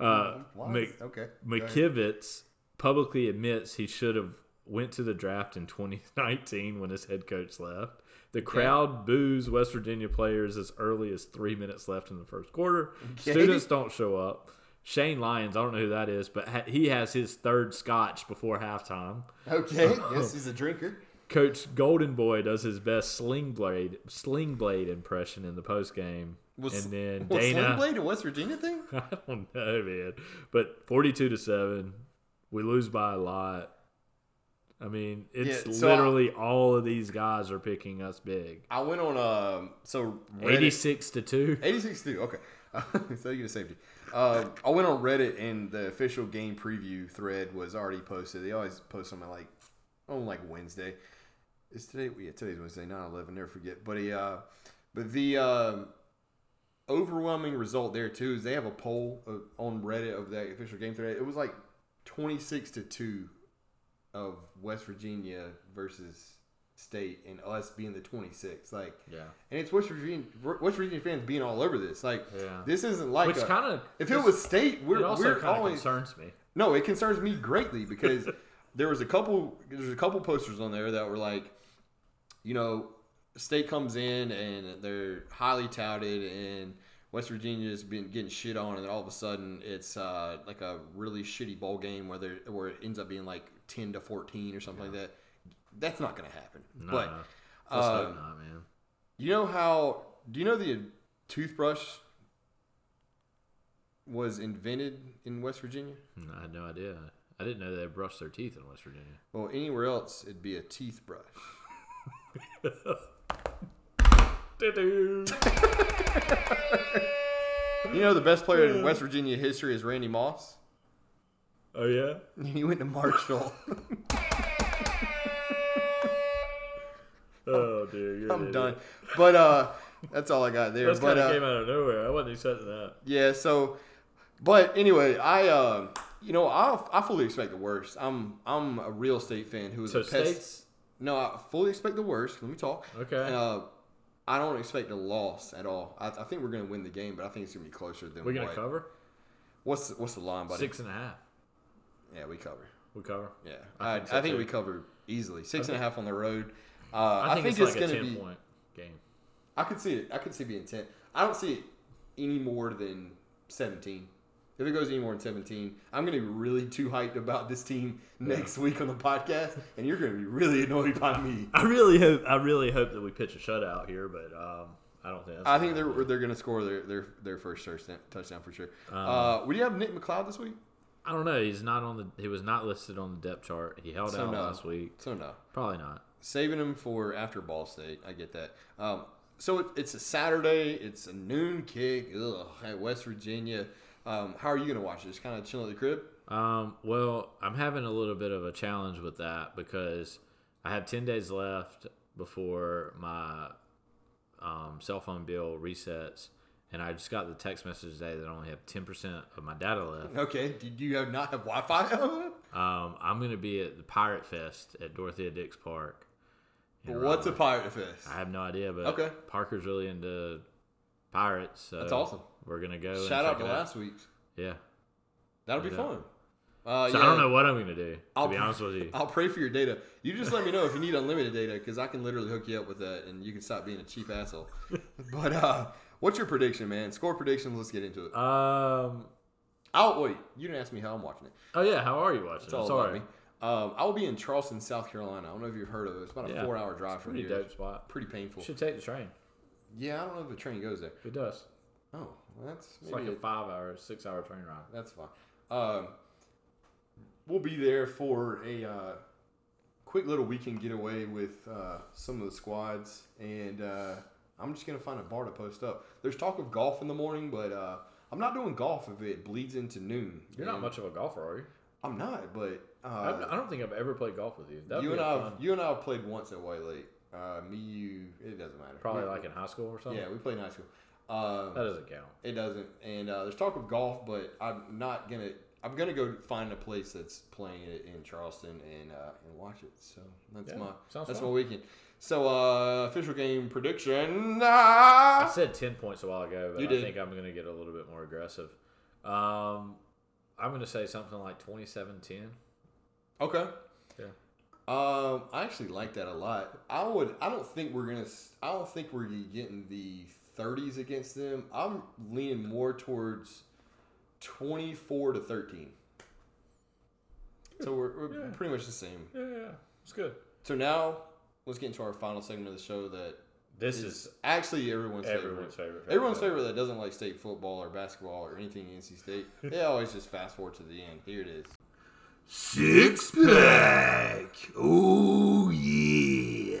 S2: Uh,
S3: What?
S2: Mc-
S3: okay.
S2: McKivitz publicly admits he should have went to the draft in 2019 when his head coach left. The crowd boos West Virginia players as early as three minutes left in the first quarter. Students don't show up. Shane Lyons, I don't know who that is, but ha- he has his third scotch before halftime.
S3: Okay. yes, he's a drinker.
S2: Coach Golden Boy does his best sling blade sling blade impression in the post game,
S3: Was,
S2: and then
S3: was
S2: Dana.
S3: Sling Blade a West Virginia thing?
S2: I don't know, man. But forty-two to seven, we lose by a lot. I mean, it's
S3: Yeah, so
S2: literally all of these guys are picking us big.
S3: I went on um so Reddit,
S2: Eighty-six to two.
S3: 86 too. Okay, so you get a safety. Uh, I went on Reddit and the official game preview thread was already posted. They always post something like on like Wednesday. Is today? Yeah, today's Wednesday, 9-11, Never forget. But he, uh, but the um overwhelming result there too is they have a poll of, on Reddit of that official game thread. It was like twenty six to two of West Virginia versus State, and us being the twenty six. Like
S2: Yeah.
S3: and it's West Virginia, West Virginia fans being all over this. Like,
S2: Yeah.
S3: this isn't like
S2: Which
S3: a-
S2: kinda-
S3: if it was state, we're,
S2: It also
S3: we're
S2: kind of
S3: always
S2: concerns me.
S3: no. It concerns me greatly because there was a couple there's a couple posters on there that were like, you know, state comes in and they're highly touted and. West Virginia's been getting shit on, and then all of a sudden it's uh, like a really shitty bowl game where, there- where it ends up being like ten to fourteen or something like that. That's not going to happen. But
S2: Nah. uh, Let's hope
S3: um,
S2: not, man.
S3: you know how? Do you know the toothbrush was invented in West Virginia?
S2: No, Hmm, I had no idea. I didn't know they brushed their teeth in West Virginia.
S3: Well, anywhere else, it'd be a teeth brush.
S2: Doo-doo.
S3: You know the best player in West Virginia history is Randy Moss.
S2: oh yeah.
S3: He went to Marshall.
S2: Oh dear. You're an
S3: I'm
S2: idiot.
S3: done. But uh, that's all I got there.
S2: That's
S3: but
S2: kind of
S3: uh,
S2: came out of nowhere. I wasn't expecting that.
S3: Yeah. So, but anyway, I um, you know, I I fully expect the worst. I'm I'm a real state fan who is
S2: So
S3: a pest.
S2: states.
S3: No, I fully expect the worst. Let me talk.
S2: Okay.
S3: Uh, I don't expect a loss at all. I, I think we're going to win the game, but I think it's going to be closer than
S2: We're gonna
S3: what-
S2: cover
S3: What's the, what's the line, buddy?
S2: six and a half.
S3: Yeah, we cover.
S2: We cover.
S3: Yeah, I, I think,
S2: so, too.
S3: we cover easily. Six and a half on the road. Uh,
S2: I think, it's, like a
S3: going
S2: ten
S3: to be.
S2: point game.
S3: I could see it. I could see it being ten. I don't see it any more than seventeen. If it goes any more than 17, I'm going to be really too hyped about this team next week on the podcast, and you're going to be really annoyed by me.
S2: I really hope. I really hope that we pitch a shutout here, but um, I don't think. That's
S3: I think
S2: gonna
S3: they're
S2: happen.
S3: they're going to score their, their their first touchdown touchdown for sure.
S2: Uh-huh.
S3: Uh, would you have Nick McLeod this week?
S2: I don't know. He's not on the. He was not listed on the depth chart. He held
S3: So
S2: out
S3: no.
S2: last week.
S3: So no,
S2: Probably not.
S3: saving him for after Ball State. I get that. Um, so it, it's a Saturday. It's a noon kick ugh, at West Virginia. Um, how are you going to watch it? Just kind of chilling at the crib.
S2: Um, well, I'm having a little bit of a challenge with that because I have 10 days left before my um, cell phone bill resets. And I just got the text message today that I only have 10% of my data left.
S3: Okay. Do, do you have not have Wi Fi?
S2: Um, I'm going to be at the Pirate Fest at Dorothea Dix Park. in
S3: What's a
S2: Raleigh.
S3: pirate fest?
S2: I have no idea, but
S3: Okay.
S2: Parker's really into pirates. So
S3: That's awesome.
S2: We're going to go. and
S3: Shout out
S2: check
S3: to
S2: it out.
S3: last week's.
S2: Yeah.
S3: That'll be
S2: Yeah.
S3: fun. Uh,
S2: So
S3: yeah,
S2: I don't know what I'm going to do, to
S3: I'll
S2: be
S3: pr-
S2: honest with you.
S3: I'll pray for your data. You just let me know if you need unlimited data because I can literally hook you up with that and you can stop being a cheap asshole. but uh, what's your prediction, man? Score prediction. Let's get into it.
S2: Um,
S3: I'll wait. You didn't ask me how I'm watching it.
S2: oh, yeah. How are you watching?
S3: It's all
S2: I'm
S3: about
S2: sorry.
S3: me. Um, I will be in Charleston, South Carolina. I don't know if you've heard of it. It's about a
S2: Yeah.
S3: four-hour drive from
S2: Pretty
S3: here.
S2: dope spot.
S3: Pretty painful.
S2: Should take the train.
S3: Yeah, I don't know if the train goes there.
S2: It does.
S3: Oh, well, that's
S2: It's
S3: maybe
S2: like
S3: it-
S2: a five hour, six hour train ride.
S3: That's fine. Um, we'll be there for a uh, quick little weekend getaway with uh, some of the squads, and uh, I'm just gonna find a bar to post up. There's talk of golf in the morning, but uh, I'm not doing golf if it bleeds into noon.
S2: You're not
S3: And
S2: much of a golfer, are you?
S3: I'm not, but
S2: I've-
S3: uh,
S2: I don't think I've ever played golf with you. That'd
S3: you
S2: be
S3: and I, have,
S2: fun.
S3: you and I have played once at White Lake. Uh, me, you, it doesn't matter.
S2: Probably
S3: We-
S2: like in high school or something.
S3: yeah, we played in high school. Um,
S2: That doesn't count.
S3: It doesn't. And uh, there's talk of golf, but I'm not gonna. I'm gonna go find a place that's playing it in Charleston and uh, and watch it. So that's
S2: Yeah,
S3: my
S2: sounds
S3: that's
S2: fun.
S3: my weekend. So uh, official game prediction.
S2: I
S3: Ah!
S2: said 10 points a while ago, but
S3: You
S2: I
S3: did.
S2: think I'm going to get a little bit more aggressive. Um, I'm going to say something like 27 10.
S3: Okay.
S2: Yeah.
S3: Um, I actually like that a lot. I would. I don't think we're gonna. s- I don't think we're getting the 30s against them. I'm leaning more towards 24 to 13. So we're, we're
S2: Yeah.
S3: pretty much the same.
S2: Yeah, yeah, it's good.
S3: So now let's get into our final segment of the show that
S2: This
S3: is
S2: is
S3: actually everyone's
S2: everyone's
S3: favorite.
S2: favorite.
S3: Everyone's favorite that doesn't like state football or basketball or anything NC State, they always just fast forward to the end. Here it is.
S2: Six pack. Oh, yeah.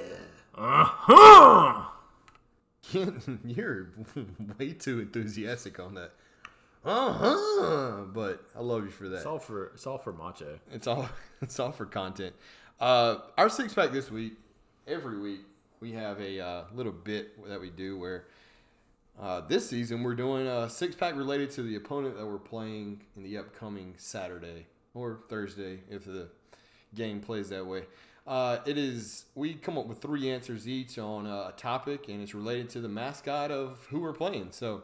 S2: Uh huh.
S3: Kenton, you're way too enthusiastic on that. Uh huh. But I love you for that.
S2: It's all for, it's all for Macho.
S3: It's all it's all for content. Uh, our six pack this week, every week we have a uh, little bit that we do where uh, this season we're doing a six pack related to the opponent that we're playing in the upcoming Saturday or Thursday if the game plays that way. Uh, it is we come up with three answers each on uh, a topic and it's related to the mascot of who we're playing. So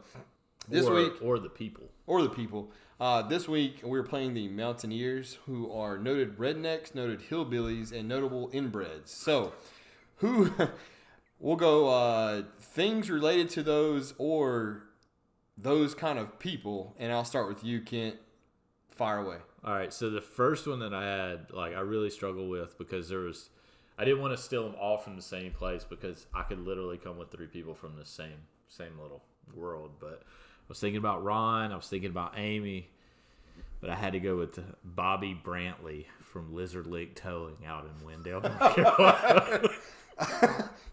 S3: this
S2: or,
S3: week
S2: or the people.
S3: or the people. Uh, this week, we're playing the Mountaineers, who are noted rednecks, noted hillbillies, and notable inbreds. So, who we'll go uh, things related to those or those kind of people. And I'll start with you, Kent. Fire away.
S2: All right, so the first one that I had, like, I really struggled with because there was, I didn't want to steal them all from the same place because I could literally come with three people from the same same little world. But I was thinking about Ron, I was thinking about Amy, but I had to go with Bobby Brantley from Lizard Lake Towing out in Wendell. North Carolina.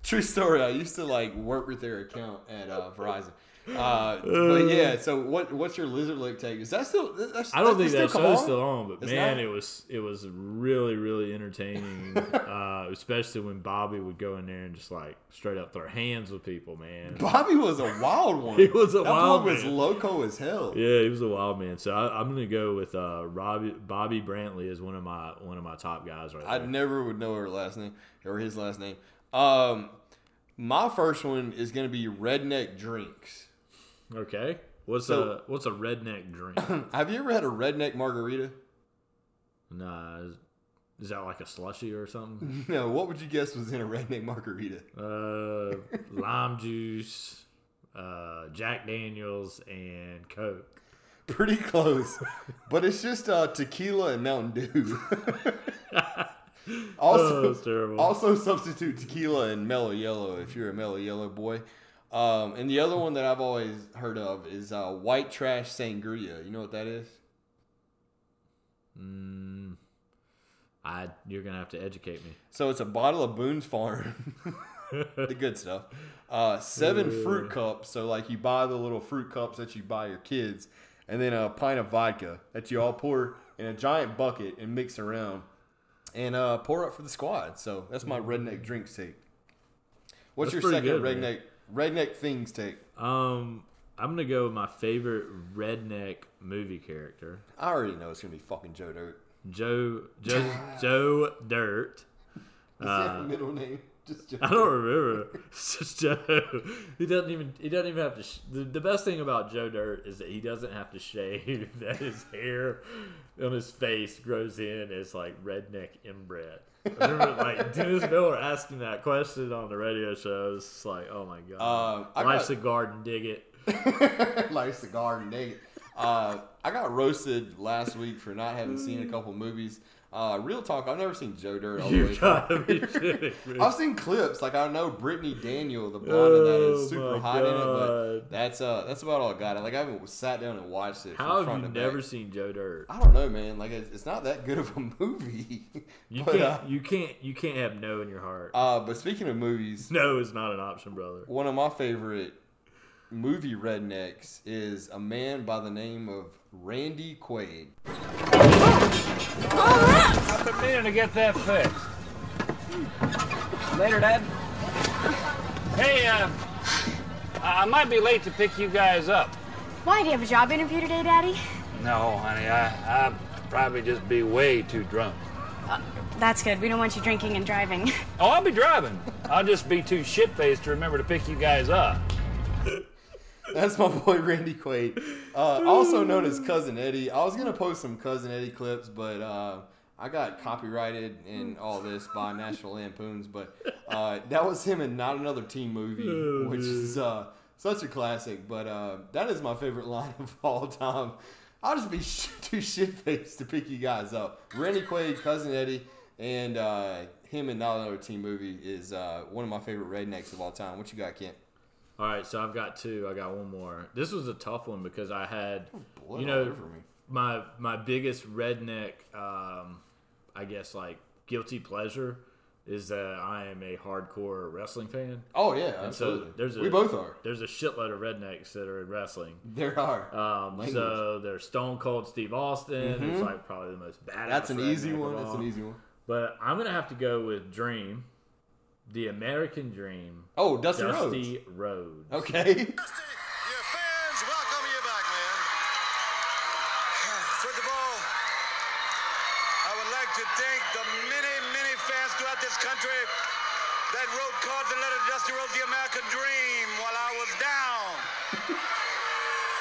S3: True story. I used to like work with their account at uh, Verizon. Uh, but yeah. So what? What's your lizard lake take? Is that still? That's,
S2: I don't think
S3: still
S2: that
S3: come
S2: show's
S3: on?
S2: still on, but
S3: It's
S2: man,
S3: not?
S2: it was it was really really entertaining, uh, especially when Bobby would go in there and just like straight up throw hands with people, man.
S3: Bobby was a wild one.
S2: He was a
S3: that
S2: wild
S3: boy was
S2: man.
S3: loco as hell.
S2: Yeah, he was a wild man. So I, I'm gonna go with uh, Robbie, Bobby Brantley is one of my one of my top guys right
S3: I
S2: there.
S3: never would know her last name or his last name. Um, my first one is gonna be redneck drinks.
S2: Okay, what's
S3: So-
S2: a what's a redneck drink?
S3: Have you ever had a redneck margarita?
S2: nah, is, is that like a slushy or something?
S3: No. What would you guess was in a redneck margarita?
S2: Uh, lime juice, uh, Jack Daniels, and Coke.
S3: Pretty close, but it's just uh, tequila and Mountain Dew. also,
S2: Oh, that's terrible.
S3: also substitute tequila and Mellow Yellow if you're a Mellow Yellow boy. Um, and the other one that I've always heard of is uh, White Trash Sangria. You know what that is?
S2: I you're gonna have to educate me.
S3: So it's a bottle of Boone's Farm, the good stuff. Uh, seven fruit cups. So like you buy the little fruit cups that you buy your kids, and then a pint of vodka that you all pour in a giant bucket and mix around, and uh, pour up for the squad. So that's my redneck drink take. What's
S2: That's
S3: your
S2: pretty
S3: second
S2: good,
S3: redneck
S2: man.
S3: redneck things take?
S2: Um, I'm gonna go with my favorite redneck movie character,
S3: I already know it's gonna be fucking Joe Dirt.
S2: Joe Joe Joe Dirt.
S3: Is that your middle name? Just Joe
S2: Uh, I don't remember. It's just Joe. He doesn't even. He doesn't even have to. Sh- the, the best thing about Joe Dirt is that he doesn't have to shave. That his hair on his face grows in as like redneck inbred. I remember like Dennis Miller asking that question on the radio show. It's just like, oh my god,
S3: Um, I
S2: life's
S3: got-
S2: a garden. Dig it.
S3: Life's a garden, Nate. Uh, I got roasted last week for not having seen a couple movies. Uh, real talk, I've never seen Joe Dirt all the way.
S2: Mm. You
S3: through.
S2: gotta be kidding me.
S3: Oh, I've seen clips, like I know Brittany Daniel, the blonde in that
S2: Oh,
S3: is super
S2: my
S3: hot in it, but
S2: God.
S3: that's uh that's about all I got. Like I haven't sat down and watched it. From
S2: How have
S3: front
S2: you
S3: to
S2: never
S3: Back.
S2: seen Joe Dirt?
S3: I don't know, man. Like it's, it's not that good of a movie.
S2: You
S3: but,
S2: can't.
S3: uh,
S2: you can't. You can't have no in your heart.
S3: uh, but speaking of movies,
S2: no is not an option, brother.
S3: one of my favorite movie rednecks is a man by the name of Randy Quaid.
S5: I've been meaning to get that fixed. Later, Dad. Hey, uh, I I might be late to pick you guys up.
S6: Why do you have a job interview today, Daddy?
S5: No, honey, I, I'd probably just be way too drunk.
S6: That's good. We don't want you drinking and driving.
S5: Oh, I'll be driving. I'll just be too shit faced to remember to pick you guys up.
S3: That's my boy Randy Quaid, uh, also known as Cousin Eddie. I was gonna post some Cousin Eddie clips, but uh, I got copyrighted and all this by National Lampoons. But uh, that was him in Not Another Teen Movie,
S2: Oh,
S3: which is uh, such a classic. But uh, that is my favorite line of all time. I'll just be sh- too shit faced to pick you guys up. Randy Quaid, Cousin Eddie, and uh, him in Not Another Teen Movie is uh, one of my favorite rednecks of all time. What you got, Kent?
S2: All right, so I've got two. I got one more. This was a tough one because I had,
S3: blood
S2: you
S3: all
S2: know,
S3: over me.
S2: my my biggest redneck, um, I guess like guilty pleasure is that I am a hardcore wrestling fan.
S3: Oh yeah,
S2: So
S3: absolutely.
S2: there's a,
S3: we both are.
S2: There's a shitload of rednecks that are in wrestling.
S3: There are.
S2: Um,
S3: Mm-hmm. Language. Mm-hmm.
S2: so there's Stone Cold Steve Austin, who's like probably the most badass.
S3: that's an easy
S2: redneck of
S3: one. That's
S2: all.
S3: an easy one.
S2: But I'm gonna have to go with Dream, the American Dream,
S3: Oh, Dusty, Rhodes.
S2: Dusty Rhodes.
S3: Okay.
S7: Your fans welcome you back, man. First of all, I would like to thank the many, many fans throughout this country that wrote cards and letters to Dusty Rhodes the American Dream while I was down.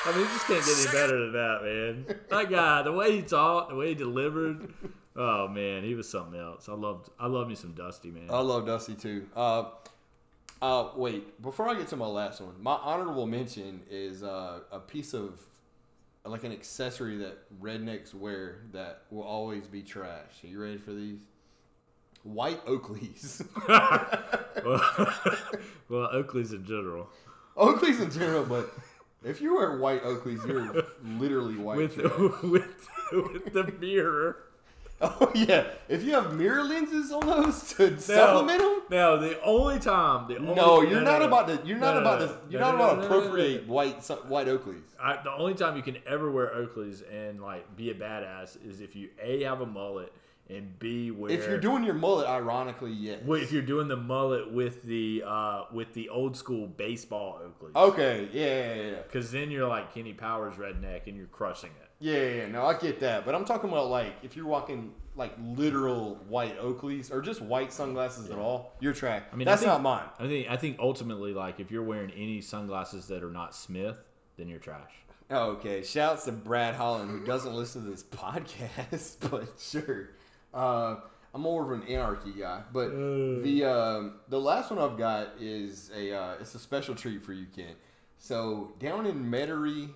S2: I mean, it just can't get any better than that, man. That guy, the way he talked, the way he delivered. Oh man, he was something else. I loved, I love me some Dusty, man.
S3: I love Dusty too. Uh, uh, wait. Before I get to my last one, my honorable mention is uh, a piece of like an accessory that rednecks wear that will always be trash. Are you ready for these? White Oakleys.
S2: well, Oakley's in general,
S3: Oakleys in general, but if you wear white Oakleys, you're literally white.
S2: with
S3: trash.
S2: with with the mirror.
S3: Oh yeah, if you have mirror lenses on those to
S2: No,
S3: supplement them.
S2: no, the only time, the only,
S3: No, you're not
S2: no,
S3: about to. You're not
S2: No, no,
S3: about
S2: no,
S3: to. You're
S2: no,
S3: not
S2: no,
S3: about
S2: no,
S3: to
S2: no, no, no, no.
S3: appropriate white so- white Oakleys.
S2: I, the only time you can ever wear Oakleys and like be a badass is if you a have a mullet and b wear
S3: If you're doing your mullet, ironically, yes.
S2: well, if you're doing the mullet with the uh with the old school baseball Oakleys.
S3: Okay, yeah, yeah, yeah,
S2: Because then you're like Kenny Powers redneck and you're crushing it.
S3: yeah, yeah, yeah. No, I get that, but I'm talking about like if you're walking like literal white Oakleys or just white sunglasses at all, you're trash. I mean,
S2: mean, I
S3: that's
S2: think-
S3: not mine.
S2: I think I think ultimately, like if you're wearing any sunglasses that are not Smith, then you're trash.
S3: Okay, shouts to Brad Holland who doesn't listen to this podcast, but sure. Uh, I'm more of an anarchy guy, but the um, the last one I've got is a uh, it's a special treat for you, Kent. So down in Metairie,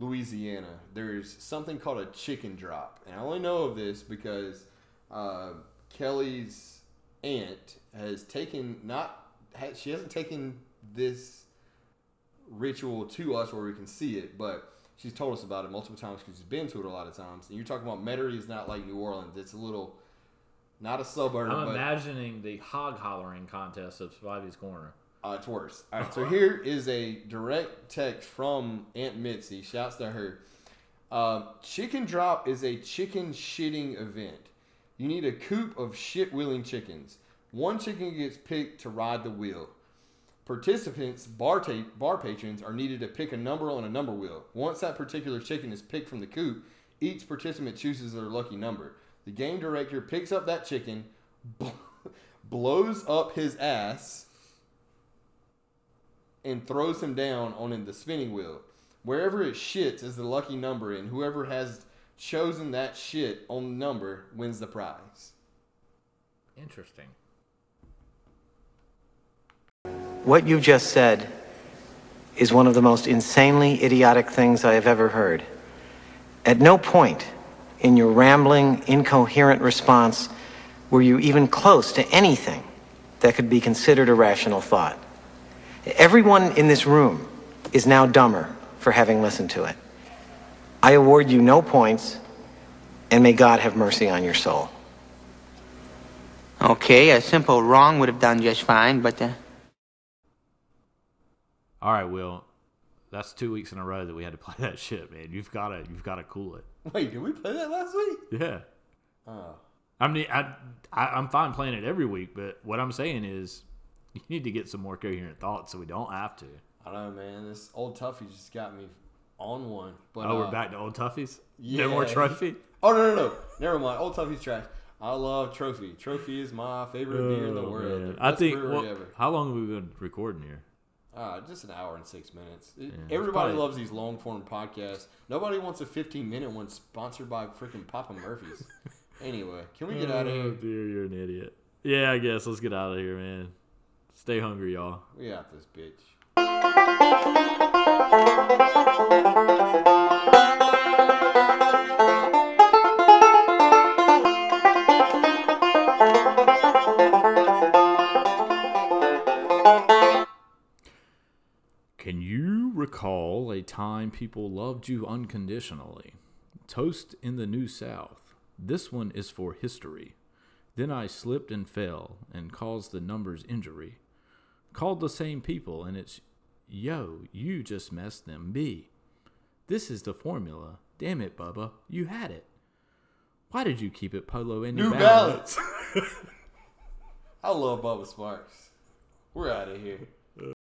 S3: Louisiana, there's something called a chicken drop. And I only know of this because uh, Kelly's aunt has taken, not, ha- she hasn't taken this ritual to us where we can see it, but she's told us about it multiple times because she's been to it a lot of times. And you're talking about Metairie is not like New Orleans, it's a little, not a suburb,
S2: I'm
S3: but
S2: imagining the hog hollering contest of Spivey's Corner.
S3: Uh, it's worse. All right, so here is a direct text from Aunt Mitzi. Shouts to her. Um, chicken drop is a chicken shitting event. You need a coop of shit wheeling chickens. One chicken gets picked to ride the wheel. Participants, bar, ta- bar patrons, are needed to pick a number on a number wheel. Once that particular chicken is picked from the coop, each participant chooses their lucky number. The game director picks up that chicken, bl- blows up his ass, and throws him down on the spinning wheel. Wherever it shits is the lucky number, and whoever has chosen that shit on the number wins the prize.
S2: Interesting.
S8: What you just said is one of the most insanely idiotic things I have ever heard. At no point in your rambling, incoherent response were you even close to anything that could be considered a rational thought. Everyone in this room is now dumber for having listened to it. I award you no points, and may God have mercy on your soul.
S9: Okay, a simple wrong would have done just fine, but uh, the.
S2: All right, Will. That's two weeks in a row that we had to play that shit, man. You've got to, you've got to cool it.
S3: Wait, did we play that last week?
S2: Yeah.
S3: Oh.
S2: I mean, I, I, I'm fine playing it every week, but what I'm saying is, you need to get some more coherent thoughts so we don't have to.
S3: I don't know, man. This old Tuffy just got me on one. But,
S2: oh,
S3: uh,
S2: we're back to old Tuffies. No more
S3: yeah.
S2: trophy.
S3: Oh, no, no, no. Never mind. Old Tuffy's trash. I love Trophy. Trophy is my favorite beer in the
S2: Oh,
S3: world.
S2: man.
S3: The
S2: I
S3: best
S2: think.
S3: brewery
S2: well,
S3: ever.
S2: how long have we been recording here?
S3: Uh, just an hour and six minutes. It-
S2: it's
S3: Everybody
S2: probably-
S3: loves these long form podcasts. Nobody wants a 15 minute one sponsored by freaking Papa Murphy's. anyway, can we get out of
S2: Oh
S3: here?
S2: dear, you're an idiot. Yeah, I guess let's get out of here, man. Stay hungry, y'all.
S3: We out this bitch.
S2: Can you recall a time people loved you unconditionally? Toast in the New South. This one is for history. Then I slipped and fell and caused the numbers injury. Called the same people, and it's yo, you just messed them B. This is the formula. Damn it, Bubba, you had it. Why did you keep it polo in
S3: New
S2: your
S3: Balance. I love Bubba Sparks. We're out of here.